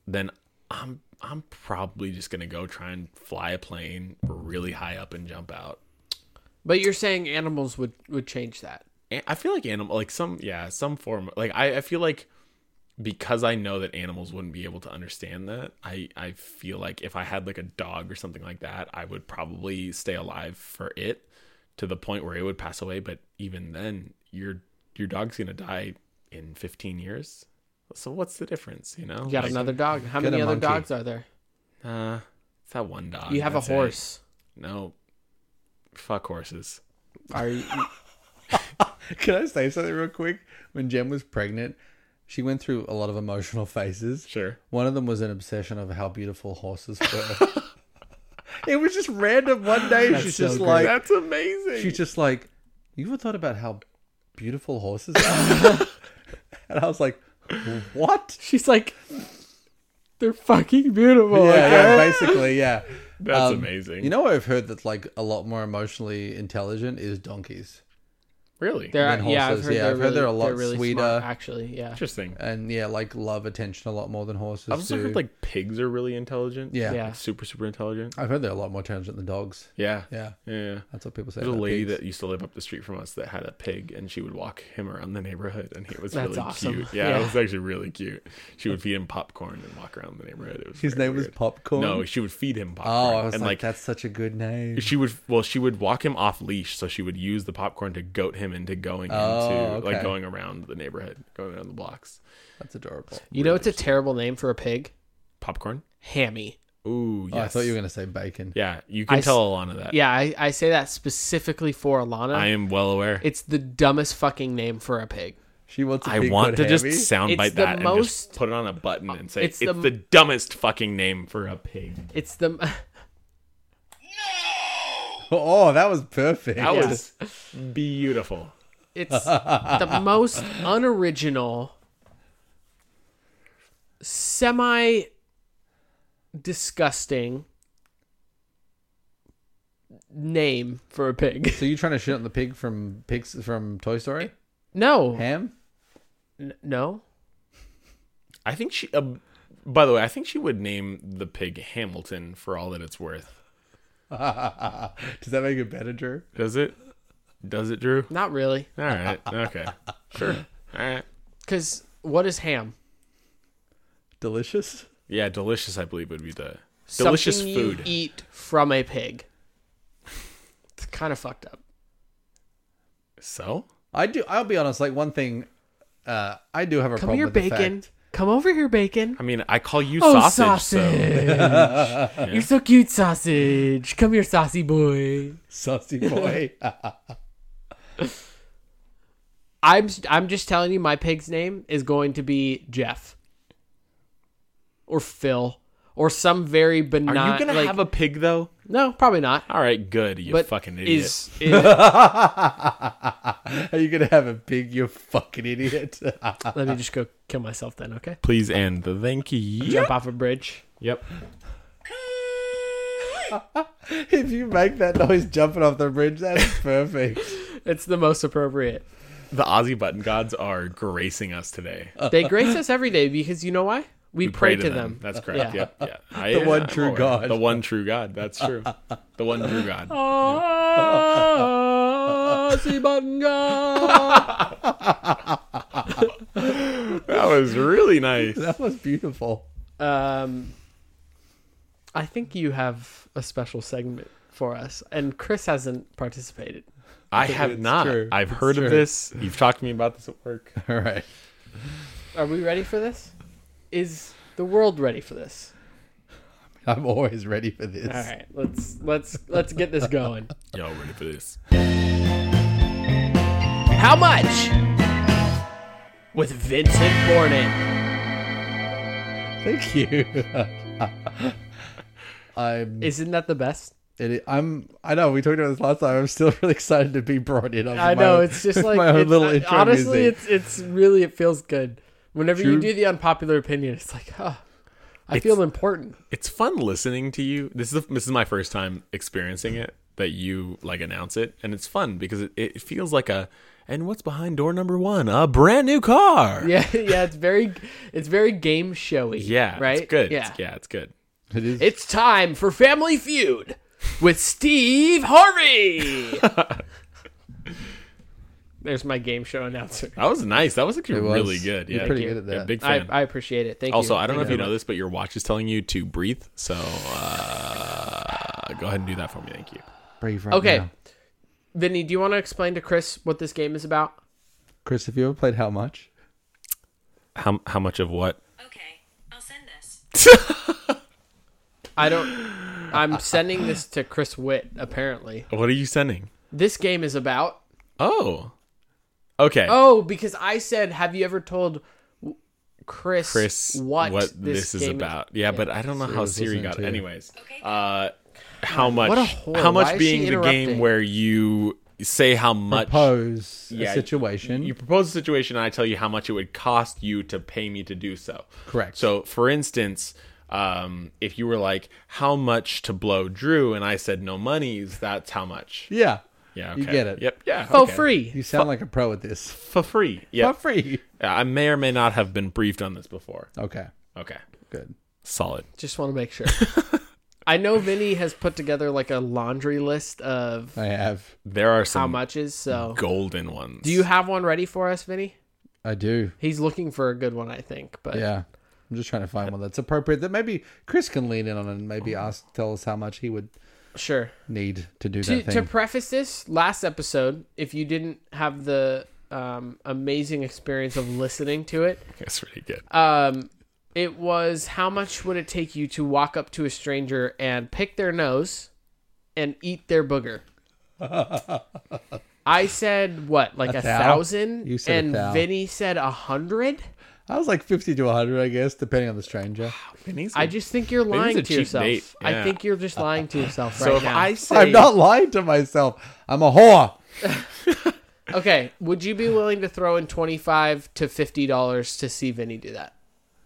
S4: then I'm I'm probably just gonna go try and fly a plane really high up and jump out
S2: But you're saying animals would would change that.
S4: An- I feel like animal like some yeah some form like I, I feel like because I know that animals wouldn't be able to understand that I I feel like if I had like a dog or something like that I would probably stay alive for it to the point where it would pass away but even then your your dog's gonna die in 15 years so what's the difference you know
S2: You got
S4: Like,
S2: another dog. How
S3: Get
S2: many
S3: a
S2: other
S3: monkey.
S2: dogs are there?
S4: uh, that one dog.
S2: You have
S4: that's
S2: a
S4: it.
S2: horse.
S4: No, fuck horses.
S2: Are you,
S3: [laughs] Can I say something real quick? When Jen was pregnant, she went through a lot of emotional phases.
S4: Sure.
S3: One of them was an obsession of how beautiful horses were. [laughs] it was just random. One day she's
S2: so
S3: just
S2: great.
S3: like,
S4: That's amazing.
S3: she's just like, you ever thought about how beautiful horses are? [laughs] and I was like, what?
S2: she's like, they're fucking beautiful.
S3: yeah,
S2: okay?
S3: yeah, basically, yeah.
S4: That's
S3: Um,
S4: amazing.
S3: You know what I've heard that's like a lot more emotionally intelligent is donkeys.
S4: really
S2: They're,
S3: than
S2: yeah, I've
S3: horses.
S2: heard,
S3: Yeah,
S2: they're,
S3: I've heard
S2: really,
S3: they're a lot
S2: they're really
S3: sweeter.
S2: Smart, actually, yeah.
S4: interesting.
S3: And yeah, like love attention a lot more than horses.
S4: I've also
S3: do.
S4: heard like pigs are really intelligent.
S3: yeah.
S2: Yeah.
S4: Like, super super intelligent.
S3: I've heard they're a lot more intelligent than dogs.
S4: Yeah.
S3: Yeah,
S4: Yeah.
S3: that's what people say.
S4: There's a
S3: about
S4: lady
S3: pigs.
S4: that used to live up the street from us that had a pig, and she would walk him around the neighborhood, and he was
S2: That's
S4: really
S2: awesome.
S4: cute. Yeah, it
S2: Yeah.
S4: was actually really cute. She would feed him popcorn and walk around the neighborhood. It
S3: [laughs]
S4: was
S3: his
S4: very
S3: name was
S4: weird.
S3: Popcorn.
S4: No, she would feed him popcorn.
S3: oh, I was
S4: and
S3: like, that's such a good name.
S4: she would well she would walk him off leash so she would use the popcorn to goat him into going
S3: Oh,
S4: into
S3: okay.
S4: like going around the neighborhood going around the blocks
S3: That's adorable.
S2: You know, it's a terrible name for a pig.
S4: popcorn
S2: Hammy.
S4: ooh
S3: Oh,
S4: yes
S3: I thought you were gonna say bacon.
S4: yeah you can
S2: I s-
S4: tell alana that
S2: Yeah, I, I say that specifically for Alana.
S4: i am well aware
S2: it's the dumbest fucking name for a pig.
S3: She wants. I
S4: i want to just
S2: It's
S4: soundbite
S2: the
S4: that and
S2: most-
S4: just put it on a button and say
S2: it's
S4: it's,
S2: the-
S4: the, dumbest fucking name for a pig
S2: It's the
S3: [laughs]
S2: [laughs]
S3: Oh, that was perfect.
S4: that
S2: Yeah.
S4: was beautiful
S2: it's
S3: [laughs]
S2: the most unoriginal semi disgusting name for a pig. [laughs]
S3: So you trying to shit on the pig from pigs from Toy Story?
S2: No.
S3: Ham? [laughs]
S2: N- no.
S4: i think she uh, by the way i think she would name the pig hamilton for all that it's worth
S3: Does that make it better, Drew?
S4: does it does it drew
S2: Not really.
S4: all right okay sure all right
S2: Cuz what is ham?
S3: Delicious.
S4: Yeah, delicious. I believe would be the delicious
S2: Something You
S4: food.
S2: eat from a pig. It's kind of fucked up.
S4: So
S3: I do. I'll be honest. Like one thing, uh, I do have a
S2: Come
S3: problem
S2: here
S3: with the
S2: bacon.
S3: fact- [laughs]
S2: Come over here bacon.
S4: I mean, I call you
S2: Oh,
S4: sausage.
S2: sausage. You're so cute, sausage. Come here, saucy boy.
S3: saucy boy. uh,
S2: I'm I'm just telling you, my pig's name is going to be Jeff or Phil or some very
S4: So
S2: benign.
S4: are you gonna
S2: like-
S4: have a pig though?
S2: No, probably not.
S4: All right, good. You
S2: but
S4: fucking idiot.
S2: Is,
S4: [laughs]
S2: is-
S3: Are you gonna have a pig? You fucking idiot. [laughs]
S2: let me just go kill myself then, okay?
S4: Please end the thank you.
S2: Jump off a bridge.
S4: Yep.
S3: if you make that noise jumping off the
S2: [laughs]
S3: bridge, that's perfect.
S2: It's the most appropriate.
S4: The Aussie button gods are gracing us today.
S2: They grace us every day because you know why? We, pray, to them.
S4: That's
S2: [laughs]
S4: correct.
S2: Yeah.
S4: Yep. [laughs] Yeah. I-
S3: The one
S4: I'm
S3: true
S4: aware.
S3: God.
S4: The one true God. That's [laughs] true. The one true God. [laughs]
S2: Ah, see button God.
S4: That was really [laughs] nice.
S3: That was beautiful. [laughs]
S2: Um, I think you have a special segment for us, and Chris hasn't participated.
S4: I have not.
S3: true.
S4: I've
S3: It's
S4: heard
S3: true.
S4: of this. You've talked to me about this at work.
S3: All right.
S2: Are we ready for this? Is the world ready for this?
S3: I'm always ready for this.
S2: All right, let's let's let's get this going.
S4: Y'all ready for this?
S2: How much? With Vincent Bourne.
S3: Thank you. [laughs] I'm.
S2: Isn't that the best?
S3: It, I'm. I know we talked about this last time. I'm still really excited to be brought in. on
S2: I
S3: my
S2: know
S3: own- [laughs]
S2: it's just
S3: with
S2: like
S3: my own
S2: it's-
S3: little
S2: uh,
S3: intro
S2: honestly,
S3: music.
S2: it's it's really it feels good. Whenever you
S3: True.
S2: do the unpopular opinion, it's like, huh, I feel important.
S4: it's fun listening to you. This is the, this is my first time experiencing it that you like announce it, and it's fun because it, it feels like a and what's behind door number one? A brand new car.
S2: Yeah, [laughs] yeah, it's very it's very game showy.
S4: yeah,
S2: right.
S4: It's good.
S2: Yeah,
S4: It's, yeah, it's good.
S3: It is.
S2: It's time for Family Feud with Steve
S4: [laughs]
S2: Harvey. There's my game show announcer.
S4: That was nice. That was actually
S3: was.
S4: really good.
S3: You're
S4: Yeah,
S3: pretty
S2: you.
S3: good at
S4: yeah,
S3: that.
S4: big
S2: I,
S4: fan.
S2: I appreciate it. Thank
S4: also,
S2: you.
S4: I don't know
S2: Thank
S4: if you know this, but your watch is telling you to breathe. So uh, go ahead and do that for me. Thank you.
S3: brave right
S2: Okay,
S3: now.
S2: Vinny, do you want to explain to Chris what this game is about?
S3: Chris, have you ever played How Much?
S4: How how much of what?
S6: Okay, I'll send this.
S2: I don't.
S4: [laughs]
S2: I'm sending this to Chris Witt, apparently.
S4: What are you sending?
S2: This game is about.
S4: Oh. Okay.
S2: Oh, because I said, have you ever told w- Chris,
S4: Chris,
S2: what,
S4: what, this, is
S2: game
S4: about? Yeah, but I don't know how Siri
S3: listening
S4: got
S3: to
S4: it.
S3: you.
S4: Anyways, uh, how much?
S2: a whore.
S4: How
S2: Why
S4: much
S2: is
S4: being
S2: she
S4: the
S2: interrupting?
S4: game where you say how much
S3: Pose
S4: Yeah,
S3: a situation.
S4: you propose a situation, and I tell you how much it would cost you to pay me to do so.
S3: Correct.
S4: So, for instance, um, if you were like, "How much to blow Drew?" and I said, "No monies," that's how much.
S3: yeah.
S4: Yeah,
S3: You
S4: okay.
S3: get it.
S4: Yep. Yeah.
S2: Oh,
S4: okay.
S2: free.
S3: You sound like a pro at this.
S4: for free. Yeah.
S3: For free.
S4: I may or may not have been briefed on this before.
S3: Okay.
S4: Okay.
S3: Good.
S4: Solid.
S2: Just want to make sure. I know Vinny has put together like a laundry list of
S3: I have.
S4: There are
S2: how
S4: some
S2: much is so.
S4: golden ones.
S2: Do you have one ready for us, Vinny?
S3: I do.
S2: He's looking for a good one, I think. But
S3: Yeah. I'm just trying to find one that's appropriate that maybe Chris can lean in on and maybe
S4: Oh.
S3: ask, tell us how much he would
S2: sure.
S3: need to do
S2: to,
S3: that
S2: to
S3: thing.
S2: preface this last episode if you didn't have the um, amazing experience of listening to it
S4: [laughs] That's really good.
S2: um, it was how much would it take you to walk up to a stranger and pick their nose and eat their booger i said what like a,
S3: thou?
S2: thousand
S3: You said a
S2: and
S3: thou.
S2: vinny said a hundred
S3: I was like 50 to 100, I guess, depending on the
S4: [sighs]
S3: stranger.
S2: i just think you're
S4: Vinny's
S2: lying
S4: a
S2: to
S4: cheap
S2: yourself
S4: date,
S2: i
S4: yeah.
S2: think you're just lying to
S4: [laughs]
S2: yourself right
S4: so if
S2: now
S4: I say
S3: I'm not lying to myself. I'm a whore.
S2: [laughs] okay would you be willing to throw in 25 to 50 dollars to see vinny do that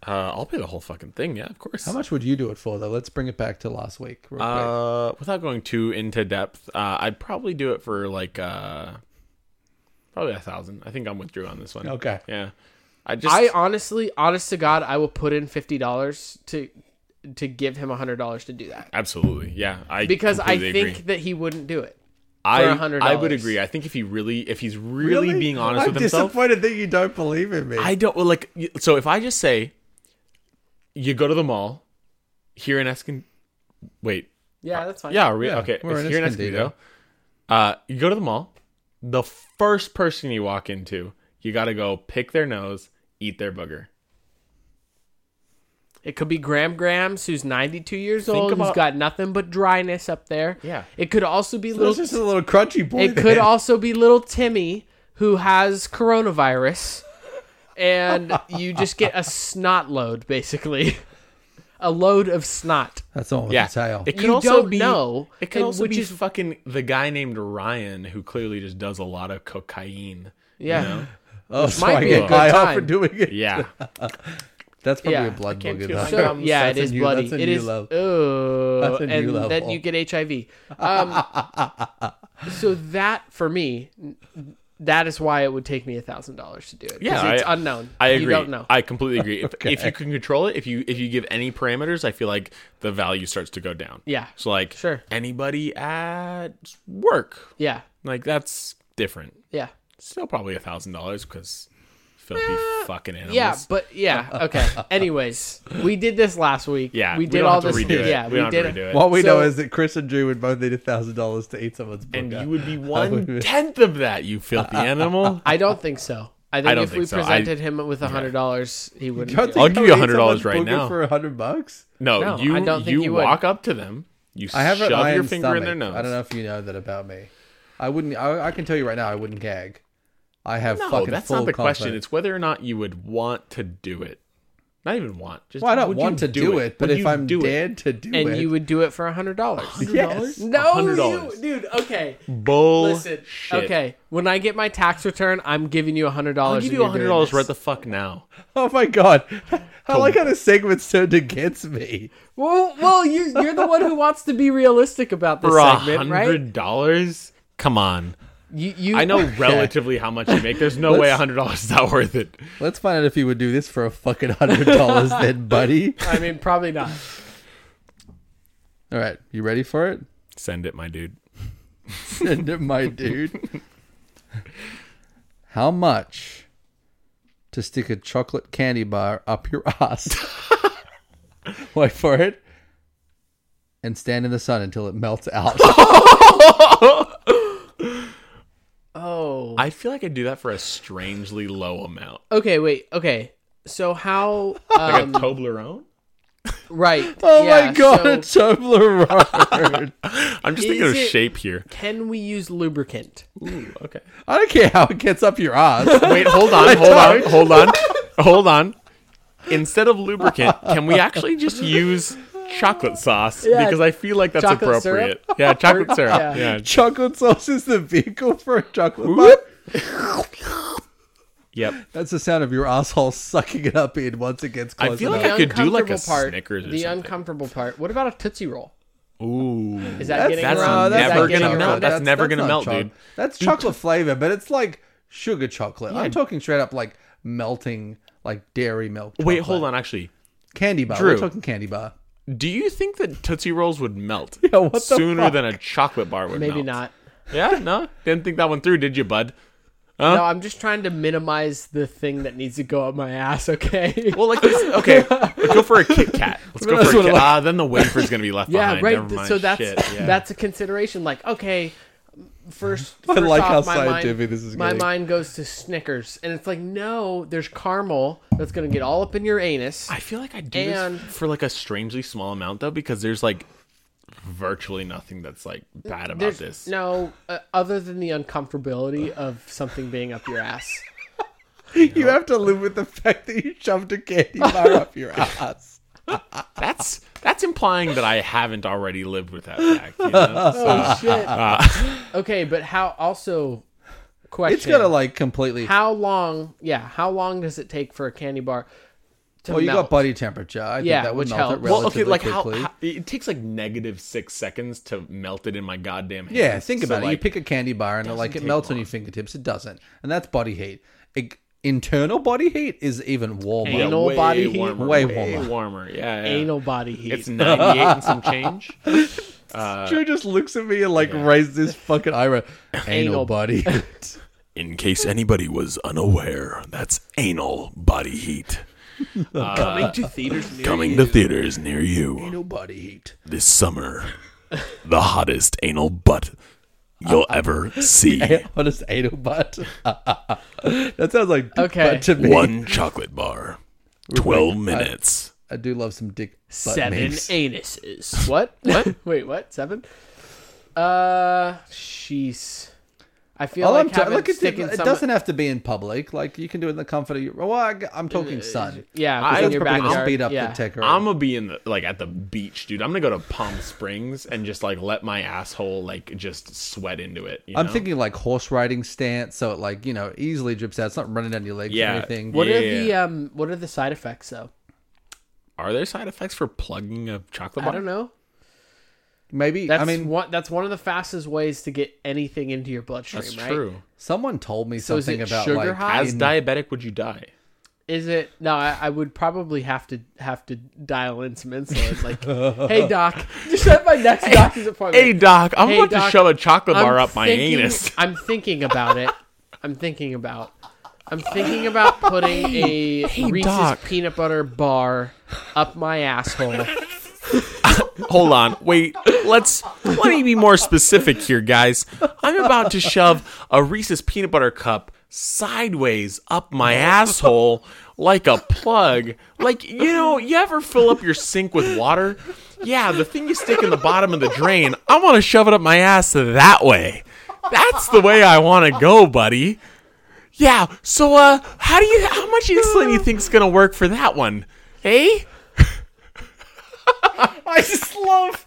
S4: Uh, I'll pay the whole fucking thing. Yeah, of course.
S3: How much would you do it for, though? Let's bring it back to last week. Real quick.
S4: Uh, without going too into depth, uh, I'd probably do it for like uh, probably a thousand. I think I'm with Drew on this one.
S3: Okay.
S4: Yeah. I just
S2: I honestly, honest to God, I will put in fifty dollars to to give him hundred dollars to do that
S4: absolutely yeah. I
S2: because I
S4: completely
S2: think
S4: agree.
S2: that he wouldn't do it.
S4: I
S2: $100.
S4: I would agree. I think if he really if he's really, being honest
S3: I'm
S4: with himself,
S3: disappointed that you don't believe in me.
S4: I don't well, like. y- So if I just say, you go to the mall, here in Escon, wait,
S2: Yeah, that's fine.
S4: Yeah, are we,
S3: Yeah,
S4: okay.
S3: we're
S4: if
S3: in
S4: you're in
S3: Escondido.
S4: Escondido, uh, you go to the mall. The first person you walk into, you got to go pick their nose, eat their booger.
S2: it could be Graham Grams, who's ninety-two years
S4: Think
S2: old, who's
S4: about-
S2: got nothing but dryness up there.
S4: Yeah.
S2: it could also be
S3: It was
S2: little.
S3: just a little crunchy boy.
S2: It could also be little Timmy who has coronavirus, and you just get a snot load, basically, [laughs] a load of snot.
S3: That's all with
S4: Yeah,
S3: the tail.
S4: it
S2: You don't know,
S4: It could
S2: and
S4: also
S2: which
S4: be
S2: is-
S4: fucking the guy named Ryan who clearly just does a lot of cocaine.
S2: Yeah.
S3: oh, so
S2: might
S3: I
S2: be a
S3: get
S2: good
S3: high off
S2: time.
S3: for doing it. [laughs]
S4: Yeah,
S3: That's probably
S2: Yeah,
S3: a blood
S4: I came
S3: booger.
S4: to
S3: though.
S4: a-
S2: So
S4: Um,
S2: yeah, it
S3: that's
S2: is
S3: a new-
S2: bloody.
S3: that's a
S2: It
S3: new
S2: is.
S3: level.
S2: Oh,
S3: That's a new
S2: and then
S3: level.
S2: you get HIV.
S4: [laughs]
S2: Um, so that for me, that is why it would take me a thousand dollars to do it. 'cause
S4: Yeah,
S2: it's
S4: I-
S2: unknown.
S4: I agree.
S2: You don't know.
S4: I completely agree. If, if you can control it, if you if you give any parameters, I feel like the value starts to go down.
S2: Yeah.
S4: So like,
S2: Sure.
S4: anybody at work,
S2: yeah,
S4: like that's different.
S2: yeah,
S4: Still probably a thousand dollars because filthy fucking animals.
S2: Eh, yeah. But yeah,
S4: [laughs]
S2: okay. Anyways, we did this last week.
S4: yeah,
S2: we did
S4: don't
S2: all
S4: have
S2: this.
S4: to Redo it.
S2: Yeah,
S4: we, don't
S2: did.
S4: have to redo it.
S3: What we
S2: So-
S3: know is that Chris and Drew would both need a thousand dollars to eat someone's booger.
S4: and you
S3: [laughs]
S4: would be
S3: would
S4: one
S3: be-
S4: tenth of that,
S3: [laughs]
S4: you filthy animal.
S2: I don't think so. I think
S4: don't
S2: if
S4: think
S2: we
S4: so. I-
S2: presented him with a hundred dollars, he wouldn't. do
S3: Don't
S2: it.
S3: think
S4: I'll give
S3: I
S4: you
S3: would eat
S4: $100
S3: someone's
S4: right
S3: booger
S4: now.
S3: for a hundred bucks.
S4: No,
S2: No,
S4: you
S2: I don't think
S4: you,
S2: you would.
S4: walk up to them. You
S3: I have an
S4: shove
S3: iron
S4: your finger
S3: stomach.
S4: in their nose.
S3: I don't know if you know that about me. I wouldn't. I, I can tell you right now, I wouldn't gag. I have
S4: No,
S3: fucking
S4: that's
S3: full
S4: not the question.
S3: confidence.
S4: It's whether or not you would want to do it. Not even want. Just
S3: Well, I don't
S4: would
S3: want to
S4: you
S3: do it, but
S4: Would
S3: if
S4: you
S3: I'm
S4: do
S3: dared to do it,
S2: and you would do it for a hundred
S4: [laughs]
S2: dollars.
S3: yes.
S2: No,
S4: $100.
S2: you, dude. Okay.
S4: it, bull.
S2: Listen, okay. When I get my tax return, I'm giving you a hundred dollars.
S4: I'll give you a hundred dollars right the fuck now.
S3: Oh my god! I like how the segment's turned against me.
S2: Well, well, you, you're the one who wants to be realistic about this
S4: For a
S2: segment, right?
S4: hundred dollars? Come on.
S2: You, you,
S4: I
S3: [laughs]
S4: know relatively how much you make. There's no way a
S3: Let's-
S4: hundred dollars is not worth it.
S3: Let's find out if you would do this for a fucking hundred
S2: [laughs]
S3: dollars, then, buddy.
S2: I mean, probably not.
S3: All right, you ready for it? [laughs]
S4: Send it, my dude.
S3: Send it, my dude. How much to stick a chocolate candy bar up your ass?
S2: [laughs]
S3: Wait for it. And stand in the sun until it melts
S2: [laughs]
S3: out.
S2: Oh.
S4: I feel like I do that for a strangely low amount.
S2: Okay. Wait. Okay. So how?
S4: [laughs] Like
S2: Um,
S4: a Toblerone?
S2: Right.
S3: Oh
S2: yeah,
S3: my god,
S2: so
S3: a Toblerone.
S4: I'm just thinking
S2: Is
S4: of
S2: it-
S4: shape here.
S2: can we use lubricant?
S4: Ooh, okay.
S3: I don't care how it gets up
S2: [laughs]
S3: your ass.
S4: Wait, hold [laughs] on, hold on, hold on, hold on. Instead of lubricant, can we actually just use chocolate sauce?
S2: Yeah.
S4: Because I feel like that's
S2: Chocolate
S4: appropriate. Yeah, chocolate syrup.
S2: Yeah.
S4: Yeah. [laughs]
S3: chocolate sauce is the vehicle for a chocolate bar.
S4: Yep.
S3: That's the sound of your [laughs] asshole sucking it up in once it gets
S4: I
S3: close.
S4: feel
S3: enough.
S4: like I could do, like, a
S2: uncomfortable part,
S4: Snickers or
S2: The
S4: something.
S2: uncomfortable part. What about a Tootsie Roll?
S4: Ooh.
S2: Is that
S3: That's-
S2: getting
S4: That's
S2: around? Is that
S4: never
S2: getting
S4: gonna
S2: around
S4: melt.
S2: it?
S4: That's never gonna
S3: not
S4: melt,
S3: chocolate.
S4: dude.
S3: That's
S4: [laughs]
S3: chocolate flavor, but it's like sugar chocolate. I'm talking straight up like melting, like dairy milk.
S4: Wait,
S3: chocolate.
S4: hold on. Actually,
S3: Candy bar. We're
S4: Drew.
S3: talking candy
S4: [laughs]
S3: bar.
S4: do you think that Tootsie Rolls would [laughs] melt
S3: what the
S4: sooner
S3: fuck?
S4: than a chocolate bar would
S2: Maybe
S4: melt?
S2: not.
S4: Yeah, no. Didn't think that one through, did you, bud?
S2: No, I'm just trying to minimize the thing that needs to go up my ass. Okay. [laughs]
S4: Well, like this. Okay, let's go for a Kit Kat. Let's go
S3: That's
S4: for a
S3: what I
S4: Kit.
S3: like.
S4: Ah, then the wafer's gonna be left
S2: yeah,
S4: behind.
S2: right.
S4: Never mind.
S2: So that's
S4: Shit, yeah.
S2: that's a consideration. Like, okay, first,
S3: [laughs] I
S2: first
S3: like
S2: off,
S3: how
S2: my mind-
S3: scientific this is
S2: My
S3: getting.
S2: mind goes to Snickers, and it's like, no, there's caramel that's gonna get all up in your anus.
S4: I feel like I do
S2: And-
S4: this for like a strangely small amount though, because there's like virtually nothing that's like bad about
S2: There's
S4: this.
S2: no uh, other than the uncomfortability of something being up your ass.
S3: You have to live with the fact that you shoved a candy
S4: [laughs]
S3: bar up your ass.
S4: That's that's implying that I haven't already lived with that fact. You
S2: [laughs]
S4: know?
S2: Oh shit.
S3: [laughs]
S2: okay, but how? Also, question.
S3: It's gotta like completely.
S2: how long? Yeah, how long does it take for a candy bar to
S3: well, you
S2: melt?
S3: got body temperature. I
S2: Yeah,
S3: think that
S2: which
S3: would melt it
S2: helps. Well,
S4: well,
S3: relatively
S4: okay, like how,
S3: quickly.
S4: how- it takes like negative six seconds to melt it in my goddamn hand.
S3: Yeah, think
S4: So,
S3: about it. you
S4: like,
S3: pick a candy bar and it, like it
S4: take
S3: melts on your fingertips. It doesn't, and that's body heat. It, internal body heat is even warmer.
S4: yeah,
S2: Anal
S4: way
S2: body heat?
S4: warmer,
S3: Way
S4: way,
S3: warmer.
S4: warmer. Yeah, yeah.
S2: anal body heat?
S4: It's ninety eight and
S2: [laughs]
S4: some change.
S3: Drew just looks at me and like raises his
S2: [laughs]
S3: fucking eyebrow. Anal
S2: Anal. [laughs]
S3: body.
S6: In case anybody was unaware, that's anal body heat.
S4: Uh,
S2: coming to theaters
S4: [laughs]
S2: near
S6: Coming to theaters near you
S3: Anal body heat.
S6: this summer. The hottest anal butt you'll ever see.
S3: [laughs] What is anal butt? [laughs] that sounds like dick
S2: Okay.
S3: butt to me.
S6: One chocolate bar, 12 minutes.
S3: I do love some dick butt
S2: seven
S3: memes. [laughs]
S2: anuses. What? What? [laughs] Wait, what? Seven? Uh, she's. I feel
S3: All
S2: like
S3: I'm ta-
S2: having
S3: look, it,
S2: sticking
S3: it
S2: some-
S3: doesn't have to be in public. Like you can do it in the comfort of your. Well, I, am talking sun.
S2: Uh, Yeah,
S4: I-
S2: within
S3: That's
S2: your
S3: probably gonna
S2: backyard.
S3: speed up
S2: yeah.
S3: the ticker.
S4: I'm gonna be in the like at the beach, dude. I'm gonna go to Palm Springs and just like let my asshole like just sweat into it. you
S3: I'm
S4: know?
S3: thinking like horse riding stance, so it like you know easily drips out. It's not running down your legs
S4: Yeah.
S3: or anything.
S4: What-
S2: What are the
S4: Yeah.
S2: um? What are the side effects though?
S4: Are there side effects for plugging a chocolate
S2: I
S4: bar?
S2: don't know.
S3: Maybe
S2: That's
S3: I mean
S2: one. That's one of the fastest ways to get anything into your bloodstream.
S4: That's
S2: right?
S4: true.
S3: someone told me
S2: So is
S3: something
S2: it
S3: about
S2: sugar
S3: like
S2: high?
S4: As diabetic, would you die?
S2: Is it? No, I, I would probably have to have to dial in some insulin. It's like, [laughs] hey doc, [laughs] just at my next doctor's appointment.
S4: Hey doc, I'm
S2: Hey,
S4: about
S2: doc,
S4: to shove a chocolate bar
S2: I'm
S4: up my
S2: thinking-
S4: anus.
S2: [laughs] I'm thinking about it. I'm thinking about. I'm thinking about putting a Reese's
S4: Doc.
S2: peanut butter bar up my asshole.
S4: Hold on, wait. Let's let me be more specific here, guys. I'm about to shove a Reese's peanut butter cup sideways up my asshole like a plug. Like you know, you ever fill up your sink with water? Yeah, the thing you stick in the bottom of the drain. I want to shove it up my ass that way. That's the way I want to go, buddy. Yeah. So, uh, how do you? How much insulin you think's gonna work for that one? Eh?
S3: [laughs] I just love,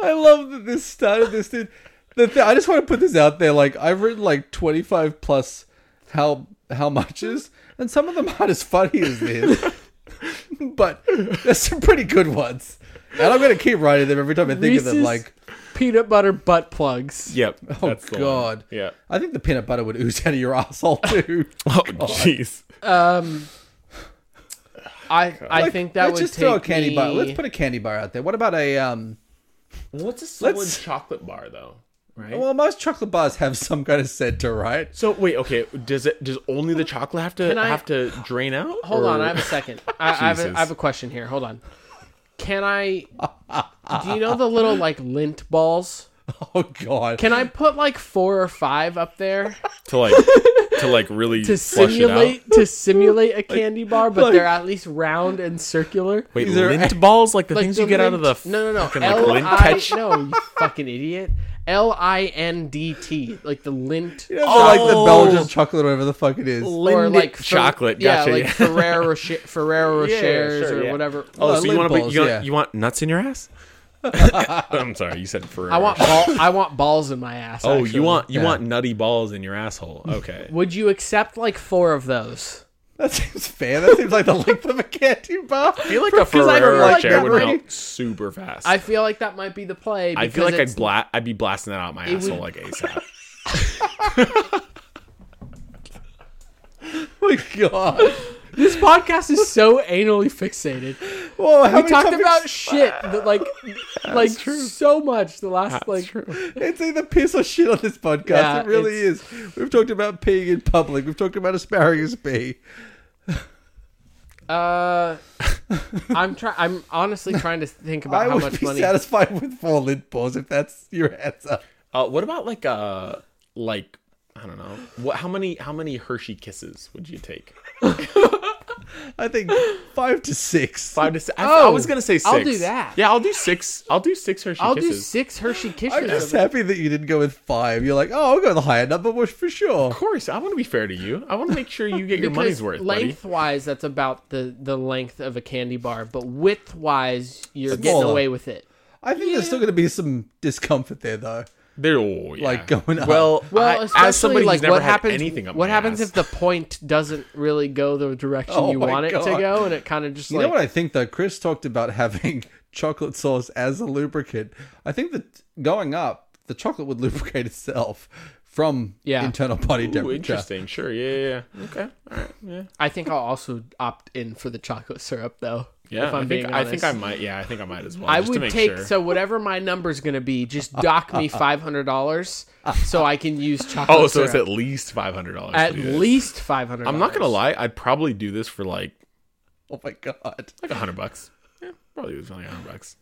S3: I love that this started this dude. The th- I just want to put this out there. Like I've written like twenty five plus how how muches, and some of them aren't as funny as this, [laughs] but there's some pretty good ones. And I'm gonna keep writing them every time I think of them.
S2: Reese's
S3: Like
S2: peanut butter butt plugs.
S4: Yep.
S3: oh
S4: that's the one.
S3: god,
S4: Yeah.
S3: I think the peanut butter would ooze out of your [laughs] asshole too.
S4: [laughs] Oh jeez.
S2: Um, I I
S3: Like,
S2: think that
S3: let's
S2: would
S3: just
S2: take
S3: throw a candy
S2: me...
S3: bar. Let's put a candy bar out there. What about a um?
S4: What's a solid
S3: Let's-
S4: chocolate bar though? Right.
S3: Well, most chocolate bars have some kind of center, right? [laughs]
S4: so wait, okay. Does it? Does only the chocolate have to
S2: Can I-
S4: have to drain out?
S2: Hold on,
S4: or-
S2: I have a second. I, I, have a,
S4: Jesus.
S2: I have a question here. Hold on. Can I? Do you know the little like lint balls?
S3: Oh god.
S2: Can I put like four or five up there [laughs]
S4: to like to like really
S2: to
S4: flush it out.
S2: simulate to simulate a candy bar, but they're at least round and circular?
S4: Wait,
S3: These
S2: [laughs]
S3: are-
S4: lint balls like the
S2: Like
S4: things
S2: the
S4: you get out of the
S2: lint- no no no
S4: fucking, like,
S2: L
S4: lint
S2: I-
S4: catch-
S2: [laughs] no you fucking idiot L I N D T like the lint
S3: oh, like the
S4: Oh.
S3: Belgian chocolate, or whatever the fuck it is.
S2: or like
S4: Lindt
S2: Fer-
S4: chocolate. Gotcha.
S2: yeah like
S4: yeah.
S2: Ferrero Rocher- Ferrero
S4: [laughs] Yeah,
S2: Rochers
S4: sure,
S2: or
S4: yeah.
S2: whatever.
S4: Oh,
S3: Uh,
S4: so you
S3: lint
S4: want to
S3: balls,
S4: you,
S3: yeah.
S4: want you want nuts in
S2: [laughs]
S4: your ass? I'm sorry, you said Ferrero.
S2: I want
S4: Rocher.
S2: ball, I want balls in my ass.
S4: Oh,
S2: actually.
S4: you want you
S3: yeah.
S4: want nutty balls in your
S2: [laughs]
S4: asshole. Okay.
S2: Would you accept like four of those?
S3: That seems fair. That seems like the length of a candy bar.
S4: I feel like
S2: [laughs]
S4: a
S3: 'Cause I don't
S4: Ferrero
S3: like
S4: Rocher
S3: that
S4: would
S3: many.
S4: melt super fast.
S2: I feel like that might be the play.
S4: I
S2: because
S4: feel like I'd
S2: it's-
S4: bla- I'd be blasting that out my
S2: It would-
S4: asshole like ASAP.
S3: [laughs] Oh my god.
S2: this podcast is so anally
S4: [laughs]
S2: fixated.
S3: Whoa, how
S2: We
S3: many
S2: talked
S3: topics-
S2: about shit that like like so much the last like
S3: It's either piss or shit on this podcast.
S2: Yeah,
S3: it really is. We've talked about peeing in public. We've talked about asparagus pee.
S2: uh I'm trying I'm honestly trying to think about
S3: I
S2: how
S3: would
S2: much
S3: be
S2: money
S3: satisfied with four lint balls if that's your answer.
S4: Uh, what about like uh like I don't know. What how many how many Hershey kisses would you take?
S3: I think five to six.
S4: Five to six. I, I
S2: Oh,
S4: was gonna say six.
S2: I'll do that.
S4: Yeah, I'll do six. I'll do six Hershey
S2: I'll do
S4: kisses.
S2: six Hershey
S3: I'm
S2: Kisses.
S3: just
S2: of it.
S3: happy that you didn't go with five. You're like, oh, I'll go with the higher number was for sure.
S4: Of course, I want to be fair to you. I want to make sure you get your
S2: Because
S4: money's worth, buddy.
S2: Lengthwise, that's about the the length of a candy bar, but widthwise, you're getting
S3: Smaller.
S2: away with it.
S3: I think there's still going to be some discomfort there, though.
S4: They're oh, yeah.
S3: Like going up.
S4: Well,
S2: Well,
S4: I,
S2: especially
S4: as somebody
S2: like
S4: who's never
S2: what
S4: had
S2: happens.
S4: anything up
S2: what
S4: my
S2: happens
S4: ass,
S2: if the point doesn't really go the direction
S3: Oh
S2: you
S3: my
S2: want it to
S3: God.
S2: go, and it kind of just
S3: You
S2: like
S3: know what I think though? Chris talked about having [laughs] chocolate sauce as a lubricant. I think that going up, the chocolate would lubricate itself from
S2: Yeah.
S3: internal body
S4: Ooh,
S3: temperature.
S4: interesting. Sure. Yeah. Yeah. yeah. Okay. All right. Yeah.
S2: I think I'll also opt in for the chocolate syrup though.
S4: Yeah.
S2: if I'm
S4: I think
S2: being
S4: I think
S2: honest.
S4: I might. Yeah. I think I might as well.
S2: I
S4: just to
S2: would
S4: make
S2: take
S4: sure.
S2: so whatever my number's gonna be, just dock
S4: [laughs]
S2: me five hundred dollars so I can use chocolate.
S4: Oh, so it's
S2: syrup.
S4: at least five hundred dollars.
S2: at least five hundred.
S4: I'm not gonna lie. I'd probably do this for like
S3: Oh my [laughs] god.
S4: like a hundred bucks. Yeah, probably do this for like a hundred bucks.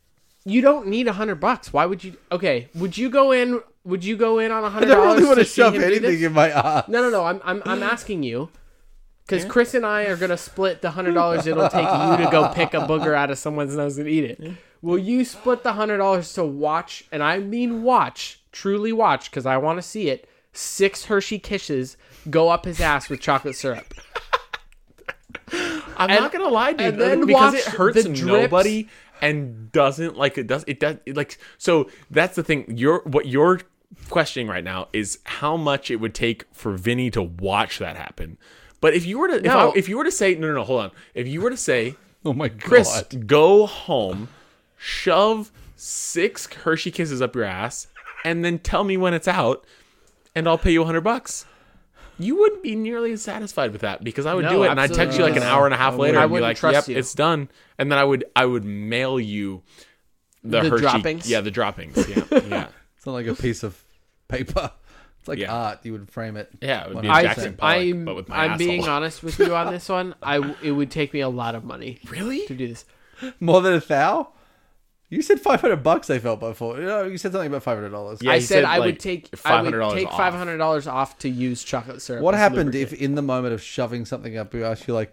S2: You don't need a hundred bucks. Why would you? Okay, would you go in? Would you go in on a
S3: I
S2: hundred
S3: don't
S2: dollars?
S3: really want to
S2: see
S3: shove
S2: him do
S3: anything
S2: this?
S3: in my
S4: [laughs]
S3: ass.
S2: No, no, no. I'm I'm,
S4: [gasps]
S2: I'm asking you because Chris and I are gonna split the hundred dollars it'll take you to go pick a booger out of someone's nose and eat it. Will you split the hundred dollars to watch? And I mean watch, truly watch, because I want to see it. Six Hershey kisses go up his ass with chocolate
S4: [laughs]
S2: syrup.
S4: I'm not gonna lie, dude.
S2: and then
S4: because
S2: watch
S4: it hurts
S2: the drips.
S4: nobody and doesn't like it does it does it, like so that's the thing. You're what you're questioning right now is how much it would take for Vinny to watch that happen. But if you were to if, I,
S2: No.
S4: if you were to say no no no hold on if you were to say
S3: Oh my god.
S4: Chris go home shove six Hershey kisses up your ass and then tell me when it's out and I'll pay you a hundred bucks. You wouldn't be nearly as satisfied with that because I would
S2: No,
S4: do it and I'd
S2: absolutely
S4: text you like an
S2: not.
S4: hour and a half later
S2: I
S4: and be
S2: wouldn't
S4: like,
S2: trust
S4: "Yep,
S2: you.
S4: it's done." And then I would I would mail you the,
S2: The
S4: Hershey,
S2: droppings?
S4: yeah, the droppings, yeah,
S2: [laughs]
S4: yeah,
S3: It's not like a piece of paper. It's like
S4: Yeah.
S3: art. You would frame it.
S4: yeah. It would be
S2: I,
S4: Jackson Pollock,
S2: I'm,
S4: but with my
S2: I'm
S4: asshole.
S2: being honest with you on this one. I w- it would take me a lot of money
S4: really.
S2: to do this.
S3: More than a thou? You said five hundred bucks I felt before. You know, you said something about five hundred dollars.
S4: Yeah,
S2: I
S4: he
S2: said,
S4: said,
S2: I
S4: like,
S2: would take I
S4: $500
S2: would take
S4: off.
S2: five hundred dollars off to use chocolate syrup.
S3: Uh, What
S2: as
S3: happened
S2: lubricant.
S3: if in the moment of shoving something up your ass you're like,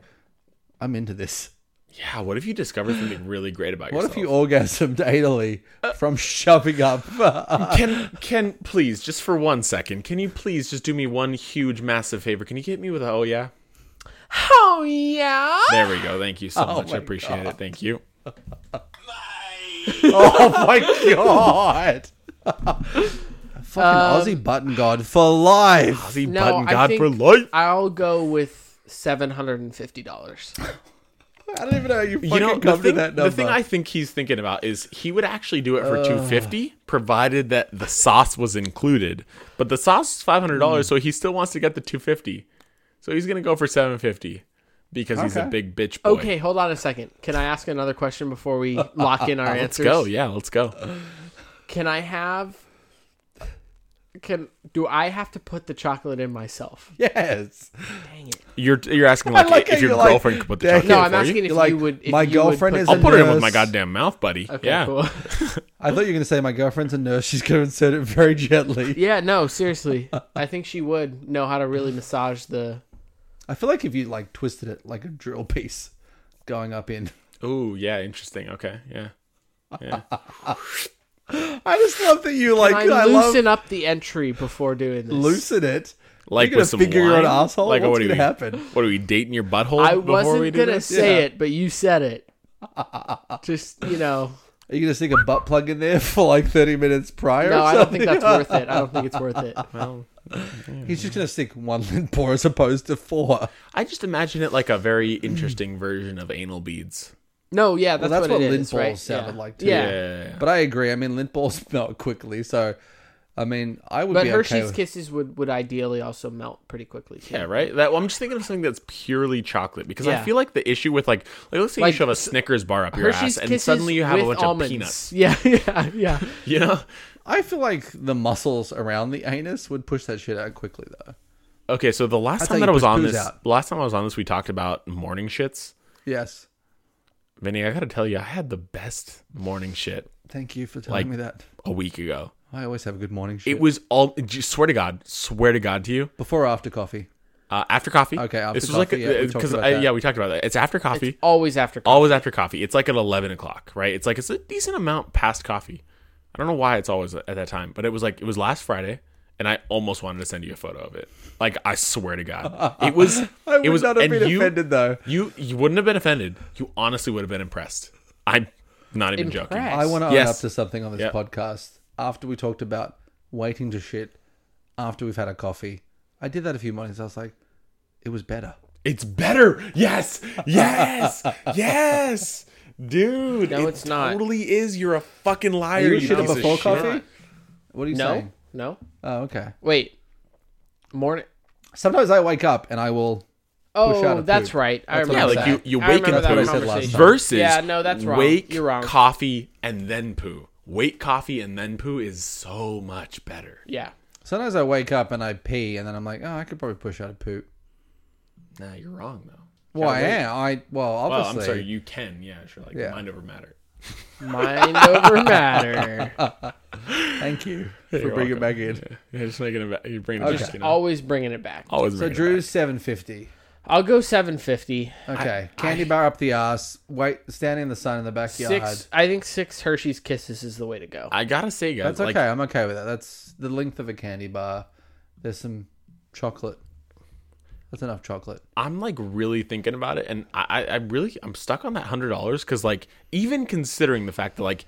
S3: I'm into this?
S4: Yeah, what if you discovered something really great about
S3: What
S4: yourself?
S3: if you
S4: [laughs]
S3: orgasmed anally from shoving up? [laughs] Oh
S4: can can please just for one second? Can you please just do me one huge massive favor? Can you hit me with a oh yeah?
S2: Oh yeah.
S4: There we go. Thank you so much. I
S3: Oh my
S4: appreciate it. Thank you.
S3: oh my god! [laughs] Fucking Aussie button god for life.
S4: Um, Aussie
S2: No,
S4: button
S2: I
S4: god
S2: think
S4: for life.
S2: I'll go with seven hundred and fifty dollars.
S3: I don't even know how you fucking
S4: You know the
S3: come
S4: thing,
S3: to that number.
S4: the thing I think he's thinking about is he would actually do it for two fifty, provided that the sauce was included. But the sauce is five hundred dollars,
S3: Hmm.
S4: so he still wants to get the two fifty. So he's gonna go for seven fifty because he's a
S3: Okay.
S4: big bitch boy.
S2: Okay, hold on a second. Can I ask another question before
S4: [laughs]
S2: we lock in our
S4: let's
S2: answers?
S4: go. Yeah, let's go.
S2: Can I have can do I have to put the chocolate in myself?
S3: [laughs] Yes.
S2: Dang it.
S4: You're
S3: [laughs]
S4: you're asking like,
S3: like how
S4: if your
S3: you're like,
S4: girlfriend could put the
S3: "Dang
S4: chocolate
S3: it."
S2: No,
S4: in
S2: I'm
S4: for you.
S2: asking if
S3: You're like,
S2: you would. If
S3: "My
S2: you
S3: girlfriend
S2: would
S3: is
S2: put
S4: I'll
S2: the-
S3: a
S4: put it in with my
S3: nurse.
S4: goddamn mouth, buddy.
S2: Okay,
S4: yeah.
S2: cool. [laughs]
S3: I thought you were going to say my girlfriend's a nurse. She's going to insert it very gently.
S2: yeah, no, seriously, I think she would know how to really massage the.
S3: I feel like if you like twisted it like a drill piece going up in. [laughs]
S4: Oh, yeah, interesting. Okay, yeah.
S3: I just love that you like.
S2: I,
S3: I, love
S2: loosen up the entry before doing this.
S3: loosen it.
S4: Like
S3: You're gonna
S4: with some
S3: figure your own
S4: wine?
S3: asshole.
S4: Like,
S3: What's
S4: what do
S3: going to
S4: we-
S3: happen?
S4: [laughs] What are we dating your butthole?
S2: I
S4: before we
S2: wasn't
S4: do
S2: gonna
S4: this?
S2: say
S3: Yeah.
S2: it, but you said
S4: [laughs]
S2: it. Just you know,
S3: Are you going to stick a butt plug in there [laughs] for like thirty minutes prior?
S2: no,
S3: or
S2: I don't think
S3: something?
S2: that's worth it. I don't
S4: [laughs]
S2: think it's worth it.
S3: He's just going to stick one lint pore as opposed to four.
S4: I just imagine it like a very interesting version of anal beads.
S2: No, yeah,
S3: Well,
S2: that's,
S3: that's
S2: what,
S3: what
S2: it
S3: lint
S2: is, right?
S3: balls sounded
S2: yeah.
S3: like too.
S2: Yeah,
S4: Yeah.
S3: But I agree. I mean, lint balls [laughs] melt quickly, so I mean, I would
S2: but
S3: be
S2: Hershey's
S3: okay. With,
S2: kisses would would ideally also melt pretty quickly. Too.
S4: Yeah, right. That well, I'm just thinking of something that's purely chocolate because I
S2: Yeah.
S4: feel like the issue with like, like let's say
S2: Like,
S4: you shove a Snickers bar up your
S2: Hershey's
S4: ass and
S2: kisses
S4: suddenly you have a
S2: with
S4: bunch
S2: almonds.
S4: of
S2: [laughs]
S4: peanuts. [laughs]
S2: Yeah, yeah, yeah.
S4: You know?
S3: I feel like the muscles around the anus would push that shit out quickly, though.
S4: Okay, so the last
S3: That's how
S4: time
S3: you
S4: that I was
S3: push
S4: on
S3: poos
S4: this,
S3: out.
S4: last time I was on this, we talked about morning shits.
S3: Yes.
S4: Vinny, I gotta tell you, I had the best morning shit
S3: Thank you for telling
S4: Like-
S3: me that.
S4: a week ago.
S3: I always have a good morning shit.
S4: It was all. Just swear to God, swear to God to you.
S3: before or after coffee.
S4: Uh, after coffee.
S3: Okay, after
S4: this was like
S3: coffee, yeah, we talked
S4: because
S3: about
S4: I
S3: that.
S4: yeah, we talked about that. It's after coffee.
S2: It's always after. coffee.
S4: always after coffee. It's like at eleven o'clock, right? It's like it's a decent amount past coffee. I don't know why it's always at that time, but it was like it was last Friday, and I almost wanted to send you a photo of it. Like I swear to God, it was.
S3: [laughs] I would
S4: it was,
S3: not have
S4: and
S3: been
S4: you-
S3: offended though.
S4: You you wouldn't have been offended. You honestly would have been impressed. I'm not even joking.
S2: Impressed.
S3: I want to own
S4: Yes.
S3: up to something on this
S4: Yep.
S3: podcast. After we talked about waiting to shit after we've had a coffee, I did that a few mornings. I was like, it was better.
S4: It's better. Yes. Yes. yes. Dude,
S2: No,
S4: it
S2: it's not.
S4: Totally is. You're a fucking liar.
S3: Are you
S4: you
S3: shitting
S4: piece of
S3: before
S4: shit.
S3: coffee? What are you
S2: no,
S3: saying?
S2: no.
S3: Oh, okay.
S2: Wait, morning.
S3: Sometimes I wake up and I will. Push
S2: Oh,
S3: out of
S2: that's
S3: poop.
S2: right. I
S3: That's what
S2: remember
S4: Yeah,
S3: I'm
S4: like
S2: that.
S4: you, you
S2: I
S4: wake
S2: remember
S4: and
S3: That's what I
S4: poo
S3: said
S2: that
S3: last
S2: conversation.
S3: time.
S4: versus
S2: Yeah, no, that's wrong.
S4: Wake
S2: You're wrong.
S4: coffee and then poo. Wake coffee and then poo is so much better.
S2: Yeah.
S3: Sometimes I wake up and I pee, and then I'm like, oh, I could probably push out a poop.
S4: Nah, you're wrong though.
S3: Well, I am. I well,
S4: Well,
S3: obviously.
S4: I'm sorry, you can. Yeah, sure. Like
S3: Yeah.
S4: mind over matter.
S2: Mind over matter.
S3: Thank
S4: [laughs]
S3: you for
S4: [laughs] you're
S3: bringing it
S4: welcome.
S3: back in.
S4: You're just making it. About, you're bringing it. Just, you know,
S2: Always bringing it back.
S4: always.
S3: So
S4: bringing it
S3: Drew's seven fifty.
S2: I'll go 750.
S3: Okay, candy bar up the ass. Wait, standing in the sun in the backyard.
S2: Six. I think six Hershey's Kisses is the way to go.
S4: back. I gotta say, guys,
S3: That's okay.
S4: like
S3: I'm okay with that. That's the length of a candy bar. There's some chocolate. That's enough chocolate.
S4: I'm like really thinking about it, and I, I I really I'm stuck on that hundred dollars because like even considering the fact that like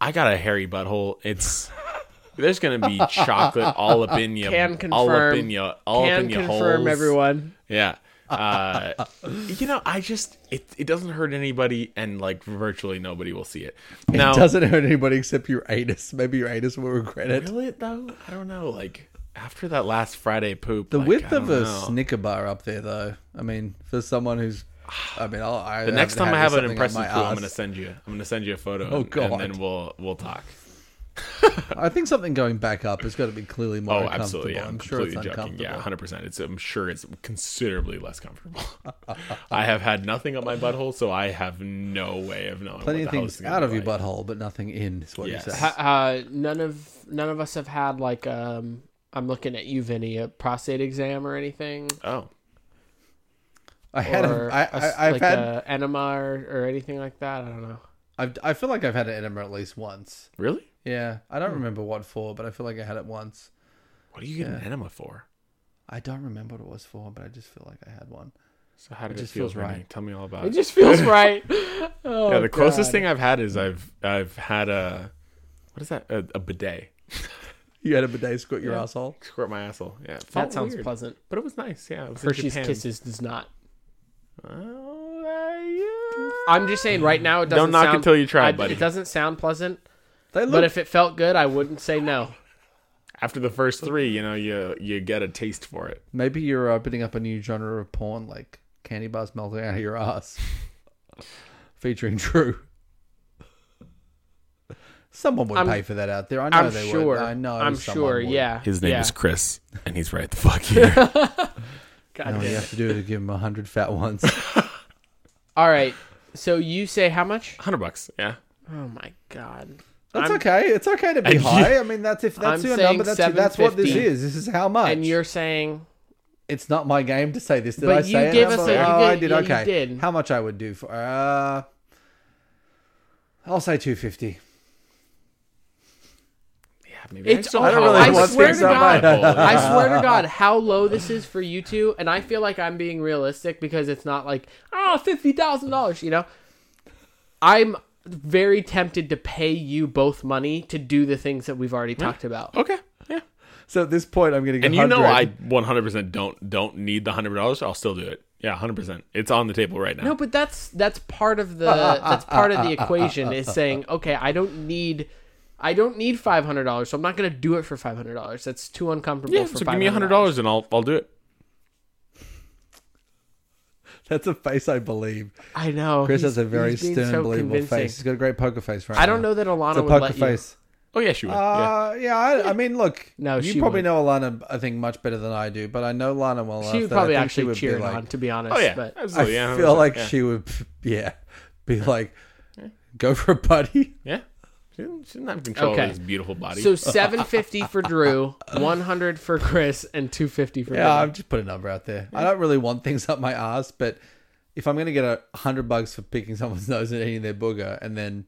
S4: I got a hairy butthole, it's [laughs] there's gonna be chocolate all up in you,
S2: Can
S4: all up
S2: confirm.
S4: in you, all up
S2: Can
S4: in you
S2: confirm,
S4: holes.
S2: everyone.
S4: Yeah, uh, you know I just it it doesn't hurt anybody, and like virtually nobody will see it. Now,
S3: It doesn't hurt anybody except your anus. Maybe your anus will regret it.
S4: really though, I don't know. Like after that last Friday poop,
S3: The
S4: like,
S3: width
S4: I
S3: of
S4: don't
S3: a
S4: know.
S3: Snicker bar up there, though. I mean, for someone who's, I mean, I'll, I
S4: The next time I have an impressive poo,
S3: pool,
S4: I'm gonna send you. I'm gonna send you a photo. Oh
S3: God.
S4: And then we'll we'll talk.
S3: I think something going back up has got to be clearly more
S4: Oh,
S3: uncomfortable.
S4: absolutely. Yeah,
S3: I'm,
S4: I'm,
S3: sure it's
S4: completely joking.
S3: uncomfortable.
S4: Yeah, 100. percent It's I'm sure it's considerably less comfortable. [laughs] I have had nothing up my butthole, so I have no way of knowing.
S3: Plenty
S4: what
S3: of
S4: the hell
S3: things
S4: this is gonna
S3: out of
S4: be
S3: your
S4: like.
S3: butthole, but nothing in. Is what
S4: Yes.
S3: you say.
S2: Uh, Uh, none of none of us have had like um. I'm looking at you, Vinny. A prostate exam or anything,
S4: Oh,
S3: [laughs] I had.
S2: or
S3: A, I, I,
S2: a-
S3: I've
S2: like
S3: had.
S2: a enema or, or anything like that. I
S3: [laughs]
S2: don't know.
S3: I've, I feel like I've had an enema at least once.
S4: really?
S3: Yeah, I don't remember what for, but I feel like I had it once.
S4: What do you get an enema for?
S3: I don't remember what it was for, but I just feel like I had one.
S4: So how did it,
S3: just
S4: feel?
S3: feels
S4: Randy?
S3: right.
S4: Tell me all about
S2: It
S4: it.
S2: just feels
S3: [laughs]
S2: right. [laughs] Oh,
S4: yeah, the closest
S2: God.
S4: thing I've had is I've I've had a what is that? A, a bidet.
S3: You had a bidet squirt your asshole.
S4: Squirt my asshole. Yeah, it
S2: That
S4: felt
S2: sounds
S4: weird,
S2: pleasant.
S4: But it was nice. Yeah, it was in
S2: Hershey's
S4: Japan.
S2: Kisses does not.
S4: Oh, yeah.
S2: I'm just saying, right now it doesn't.
S4: Don't knock it
S2: sound,
S4: till you try,
S2: I-
S4: buddy.
S2: It doesn't sound pleasant,
S3: They look.
S2: but if it felt good, I wouldn't say no.
S4: after the first three, you know, you you get a taste for it.
S3: maybe you're opening up a new genre of porn, like candy bars melting out of your ass, featuring Drew. Someone would
S2: I'm-
S3: pay for that out there. I know
S2: I'm
S3: they
S2: sure.
S3: would. I know.
S2: I'm
S3: someone
S2: sure.
S3: would.
S2: Yeah.
S6: His name
S2: yeah.
S6: is Chris, and he's right the fuck here.
S2: God
S3: And all
S2: damn
S3: you
S2: it.
S3: have to do is give him a hundred fat ones.
S2: All right. So you say how much?
S4: Hundred bucks. Yeah.
S2: Oh my god.
S3: That's
S2: I'm-
S3: okay. It's okay to be
S4: And you-
S3: high. I mean, that's if that's
S2: I'm
S3: your number.
S2: saying
S3: That's that's what this
S2: 750.
S3: is. This is how much.
S2: And you're saying
S3: It's not my game to say this. Did
S2: But
S3: I
S2: you
S3: say it?
S2: gave
S3: I'm
S2: us a-
S3: like,
S2: you
S3: oh, I
S2: did-
S3: did.
S2: yeah, you
S3: okay.
S2: did.
S3: How much I would do for? Uh, I'll say two fifty.
S4: Yeah. Maybe
S2: it's.
S4: still
S2: all.
S3: I don't
S4: have
S3: really
S4: it.
S2: I
S3: want
S2: swear to
S3: things on my-
S2: God.
S4: I-
S2: [laughs] I swear to God, how low this is for you two, and I feel like I'm being realistic because it's not like oh fifty thousand dollars, you know. I'm very tempted to pay you both money to do the things that we've already talked about.
S4: [laughs] okay. Yeah.
S3: So at this point, I'm going to go.
S4: And you know
S3: 100.
S4: I 100% don't don't need the hundred dollars. I'll still do it. Yeah, 100%. It's on the table right now.
S2: No, but that's that's part of the that's part of the equation is saying, okay, I don't need I don't need five hundred dollars, so I'm not gonna do it for five hundred dollars. That's too uncomfortable
S4: Yeah,
S2: for
S4: so
S2: five
S4: give me
S2: hundred
S4: hundred
S2: dollars.
S4: dollars and I'll I'll do it.
S3: [laughs] That's a face I believe.
S2: I know.
S3: Chris
S2: Oh, he's-
S3: has a very
S2: he's being
S3: stern,
S2: so
S3: believable
S2: convincing.
S3: face. He's got a great poker face, right?
S2: I don't
S3: now.
S2: know that Alana
S3: It's a
S2: would
S3: poker
S2: let
S3: face.
S4: Oh yeah, she would. yeah.
S3: Uh, yeah, I, I mean, look,
S2: [laughs] No,
S3: you
S2: she
S3: probably
S2: would.
S3: know Alana, I think, much better than I do, but I know Lana well
S2: you.
S3: enough.
S2: She would
S3: that I
S2: probably
S3: think
S2: actually
S3: she would
S2: cheer
S3: be
S2: it
S3: like,
S2: on, to be honest.
S4: Oh yeah,
S2: but
S3: I
S4: absolutely.
S3: [laughs]
S4: yeah,
S3: feel
S4: 100%,
S3: like
S4: yeah.
S3: she would, yeah, be like, go for a buddy.
S4: Yeah. She didn't, she didn't have control
S2: Okay.
S4: of his beautiful body.
S2: so seven fifty for
S3: [laughs]
S2: Drew, one hundred for Chris, and two fifty for
S3: Yeah,
S2: yeah,
S3: I've just put a number out there. I don't really want things up my ass, but if I'm gonna get a hundred bucks for picking someone's [laughs] nose and eating their booger, and then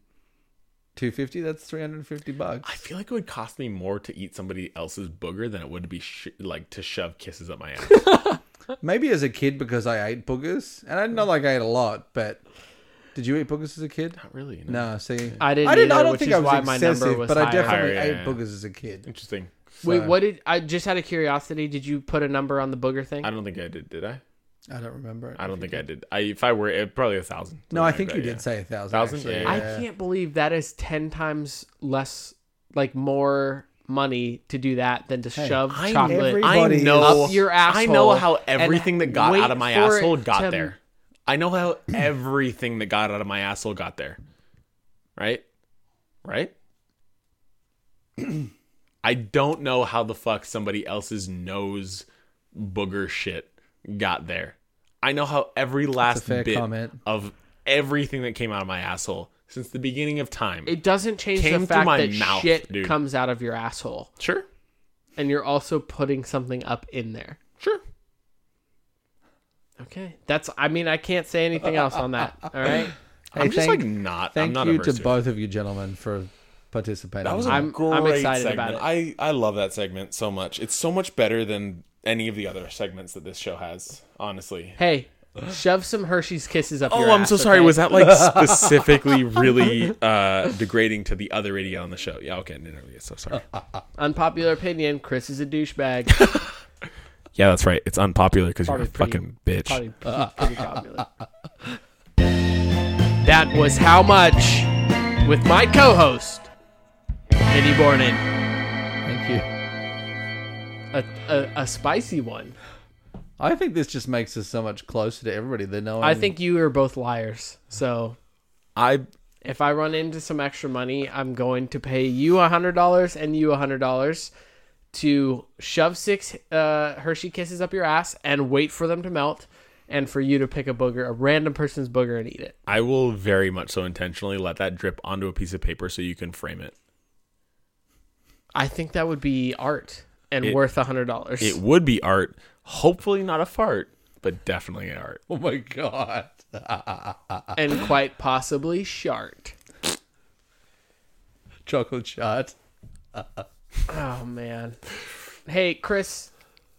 S3: two fifty, that's three hundred and fifty bucks.
S4: I feel like it would cost me more to eat somebody else's booger than it would be sh- like to shove kisses up my ass.
S3: Maybe as a kid because I ate boogers, and I know like I ate a lot, but did you eat boogers as a kid?
S4: Not really. No.
S3: No, see,
S2: I didn't either, which is why my number was
S3: but I
S2: higher.
S3: definitely uh,
S4: Higher, yeah,
S3: ate
S4: yeah.
S3: boogers as a kid.
S4: Interesting.
S2: Wait,
S3: so-
S2: what did I just out of curiosity? Did you put a number on the booger thing?
S4: I don't think I did. Did I?
S3: I don't remember it.
S4: I don't think I did. I if I were it, probably a thousand.
S3: no, I think you did
S4: Yeah.
S3: say a thousand.
S4: Thousand?
S3: actually.
S4: Yeah.
S2: I can't believe that is ten times less, like more money to do that than to shove
S4: I-
S2: chocolate.
S3: every-
S2: I-
S4: I
S3: Everybody
S4: know
S2: is- Up your
S4: I know
S2: asshole
S4: how
S2: and
S4: everything that got
S2: wait
S4: out of my
S2: for it
S4: asshole got
S2: to-
S4: there. I know how everything that got out of my asshole got there. Right? Right? [clears throat] I don't know how the fuck somebody else's nose booger shit got there. I know how every last
S3: fair
S4: bit
S3: comment.
S4: of everything that came out of my asshole since the beginning of time.
S2: it doesn't change
S4: Came
S2: the
S4: through
S2: fact
S4: my
S2: that
S4: mouth,
S2: shit
S4: dude.
S2: comes out of your asshole,
S4: sure.
S2: and you're also putting something up in there.
S4: Sure.
S2: Okay, that's. I mean, I can't say anything else on
S4: [laughs]
S2: that. All right.
S3: Hey,
S4: I'm just
S3: thank-
S4: like not I'm
S3: Thank
S4: not
S3: you
S4: averse
S3: to
S4: it.
S3: both of you gentlemen for participating.
S4: That was a
S2: I'm- I'm
S4: great
S2: excited about
S4: segment. I, I love that segment so much. It's so much better than any of the other segments that this show has, honestly.
S2: Hey, shove some Hershey's kisses up your
S4: Oh, I'm so
S2: ass,
S4: sorry.
S2: okay?
S4: Was that [laughs] like specifically really uh, degrading to the other idiot on the show? Yeah, okay. No, no, yeah, so [laughs] sorry.
S2: unpopular opinion? Chris is a
S4: [laughs]
S2: douchebag.
S4: Yeah, that's right. It's unpopular because you're a
S2: Probably pretty-
S4: fucking bitch.
S2: Probably pretty, pretty popular. That was how much with my co-host, Vinny Bornin,
S3: Thank you.
S2: a, a, a spicy one.
S3: I think this just makes us so much closer to everybody. They know.
S2: I think you are both liars. So
S4: Um, I
S2: if I run into some extra money, I'm going to pay you a hundred dollars and you a hundred dollars to shove six uh, Hershey kisses up your ass and wait for them to melt, and for you to pick a booger, a random person's booger, and eat it.
S4: I will very much so intentionally let that drip onto a piece of paper so you can frame it.
S2: I think that would be art and
S4: It-
S2: worth a hundred dollars.
S4: It would be art. Hopefully not a fart, but definitely art.
S3: [laughs] Oh my god! [laughs]
S2: and quite possibly shart.
S3: Chocolate shot.
S2: Oh man. Hey Chris,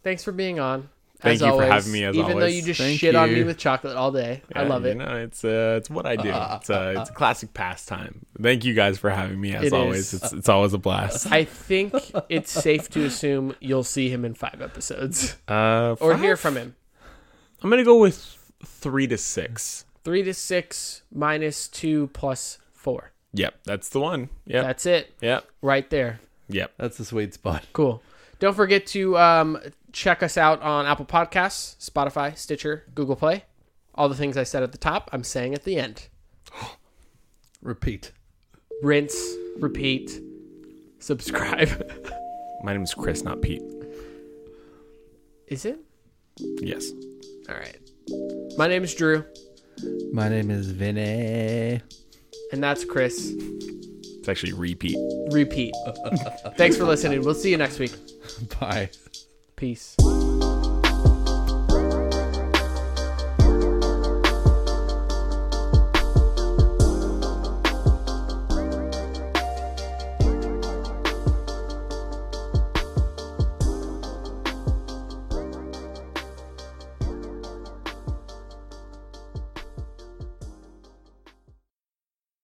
S2: thanks for being on.
S4: Thank
S2: as
S4: you for
S2: always,
S4: having me, as
S2: even though
S4: always.
S2: you just
S3: Thank
S2: shit on me
S3: you.
S2: with chocolate all day, I
S4: Yeah,
S2: love
S4: you
S2: it.
S4: know, it's uh, it's what I do. It's uh, it's a classic pastime. Thank you guys for having me. As
S2: It
S4: always,
S2: is.
S4: it's it's always a blast.
S2: [laughs] I think it's safe to assume you'll see him in five
S4: [laughs]
S2: episodes
S4: Uh,
S2: or
S4: five?
S2: hear from him.
S4: I'm gonna go with three to six.
S2: Three to six minus two plus four.
S4: Yep, that's the one. Yep,
S2: That's it,
S4: yep,
S2: right there.
S4: yep.
S3: That's the sweet spot.
S2: Cool. Don't forget to um, check us out on Apple Podcasts, Spotify, Stitcher, Google Play. All the things I said at the top, I'm saying at the end.
S3: Repeat.
S2: Rinse, repeat, subscribe.
S4: [laughs] My name's Chris, not Pete.
S2: Is it?
S4: Yes.
S2: All right. My name is Drew,
S3: My name is Vinny. [laughs]
S2: and that's Chris.
S4: It's actually repeat.
S2: [laughs] Repeat. Thanks for listening. We'll see you next week.
S3: Bye.
S2: Peace.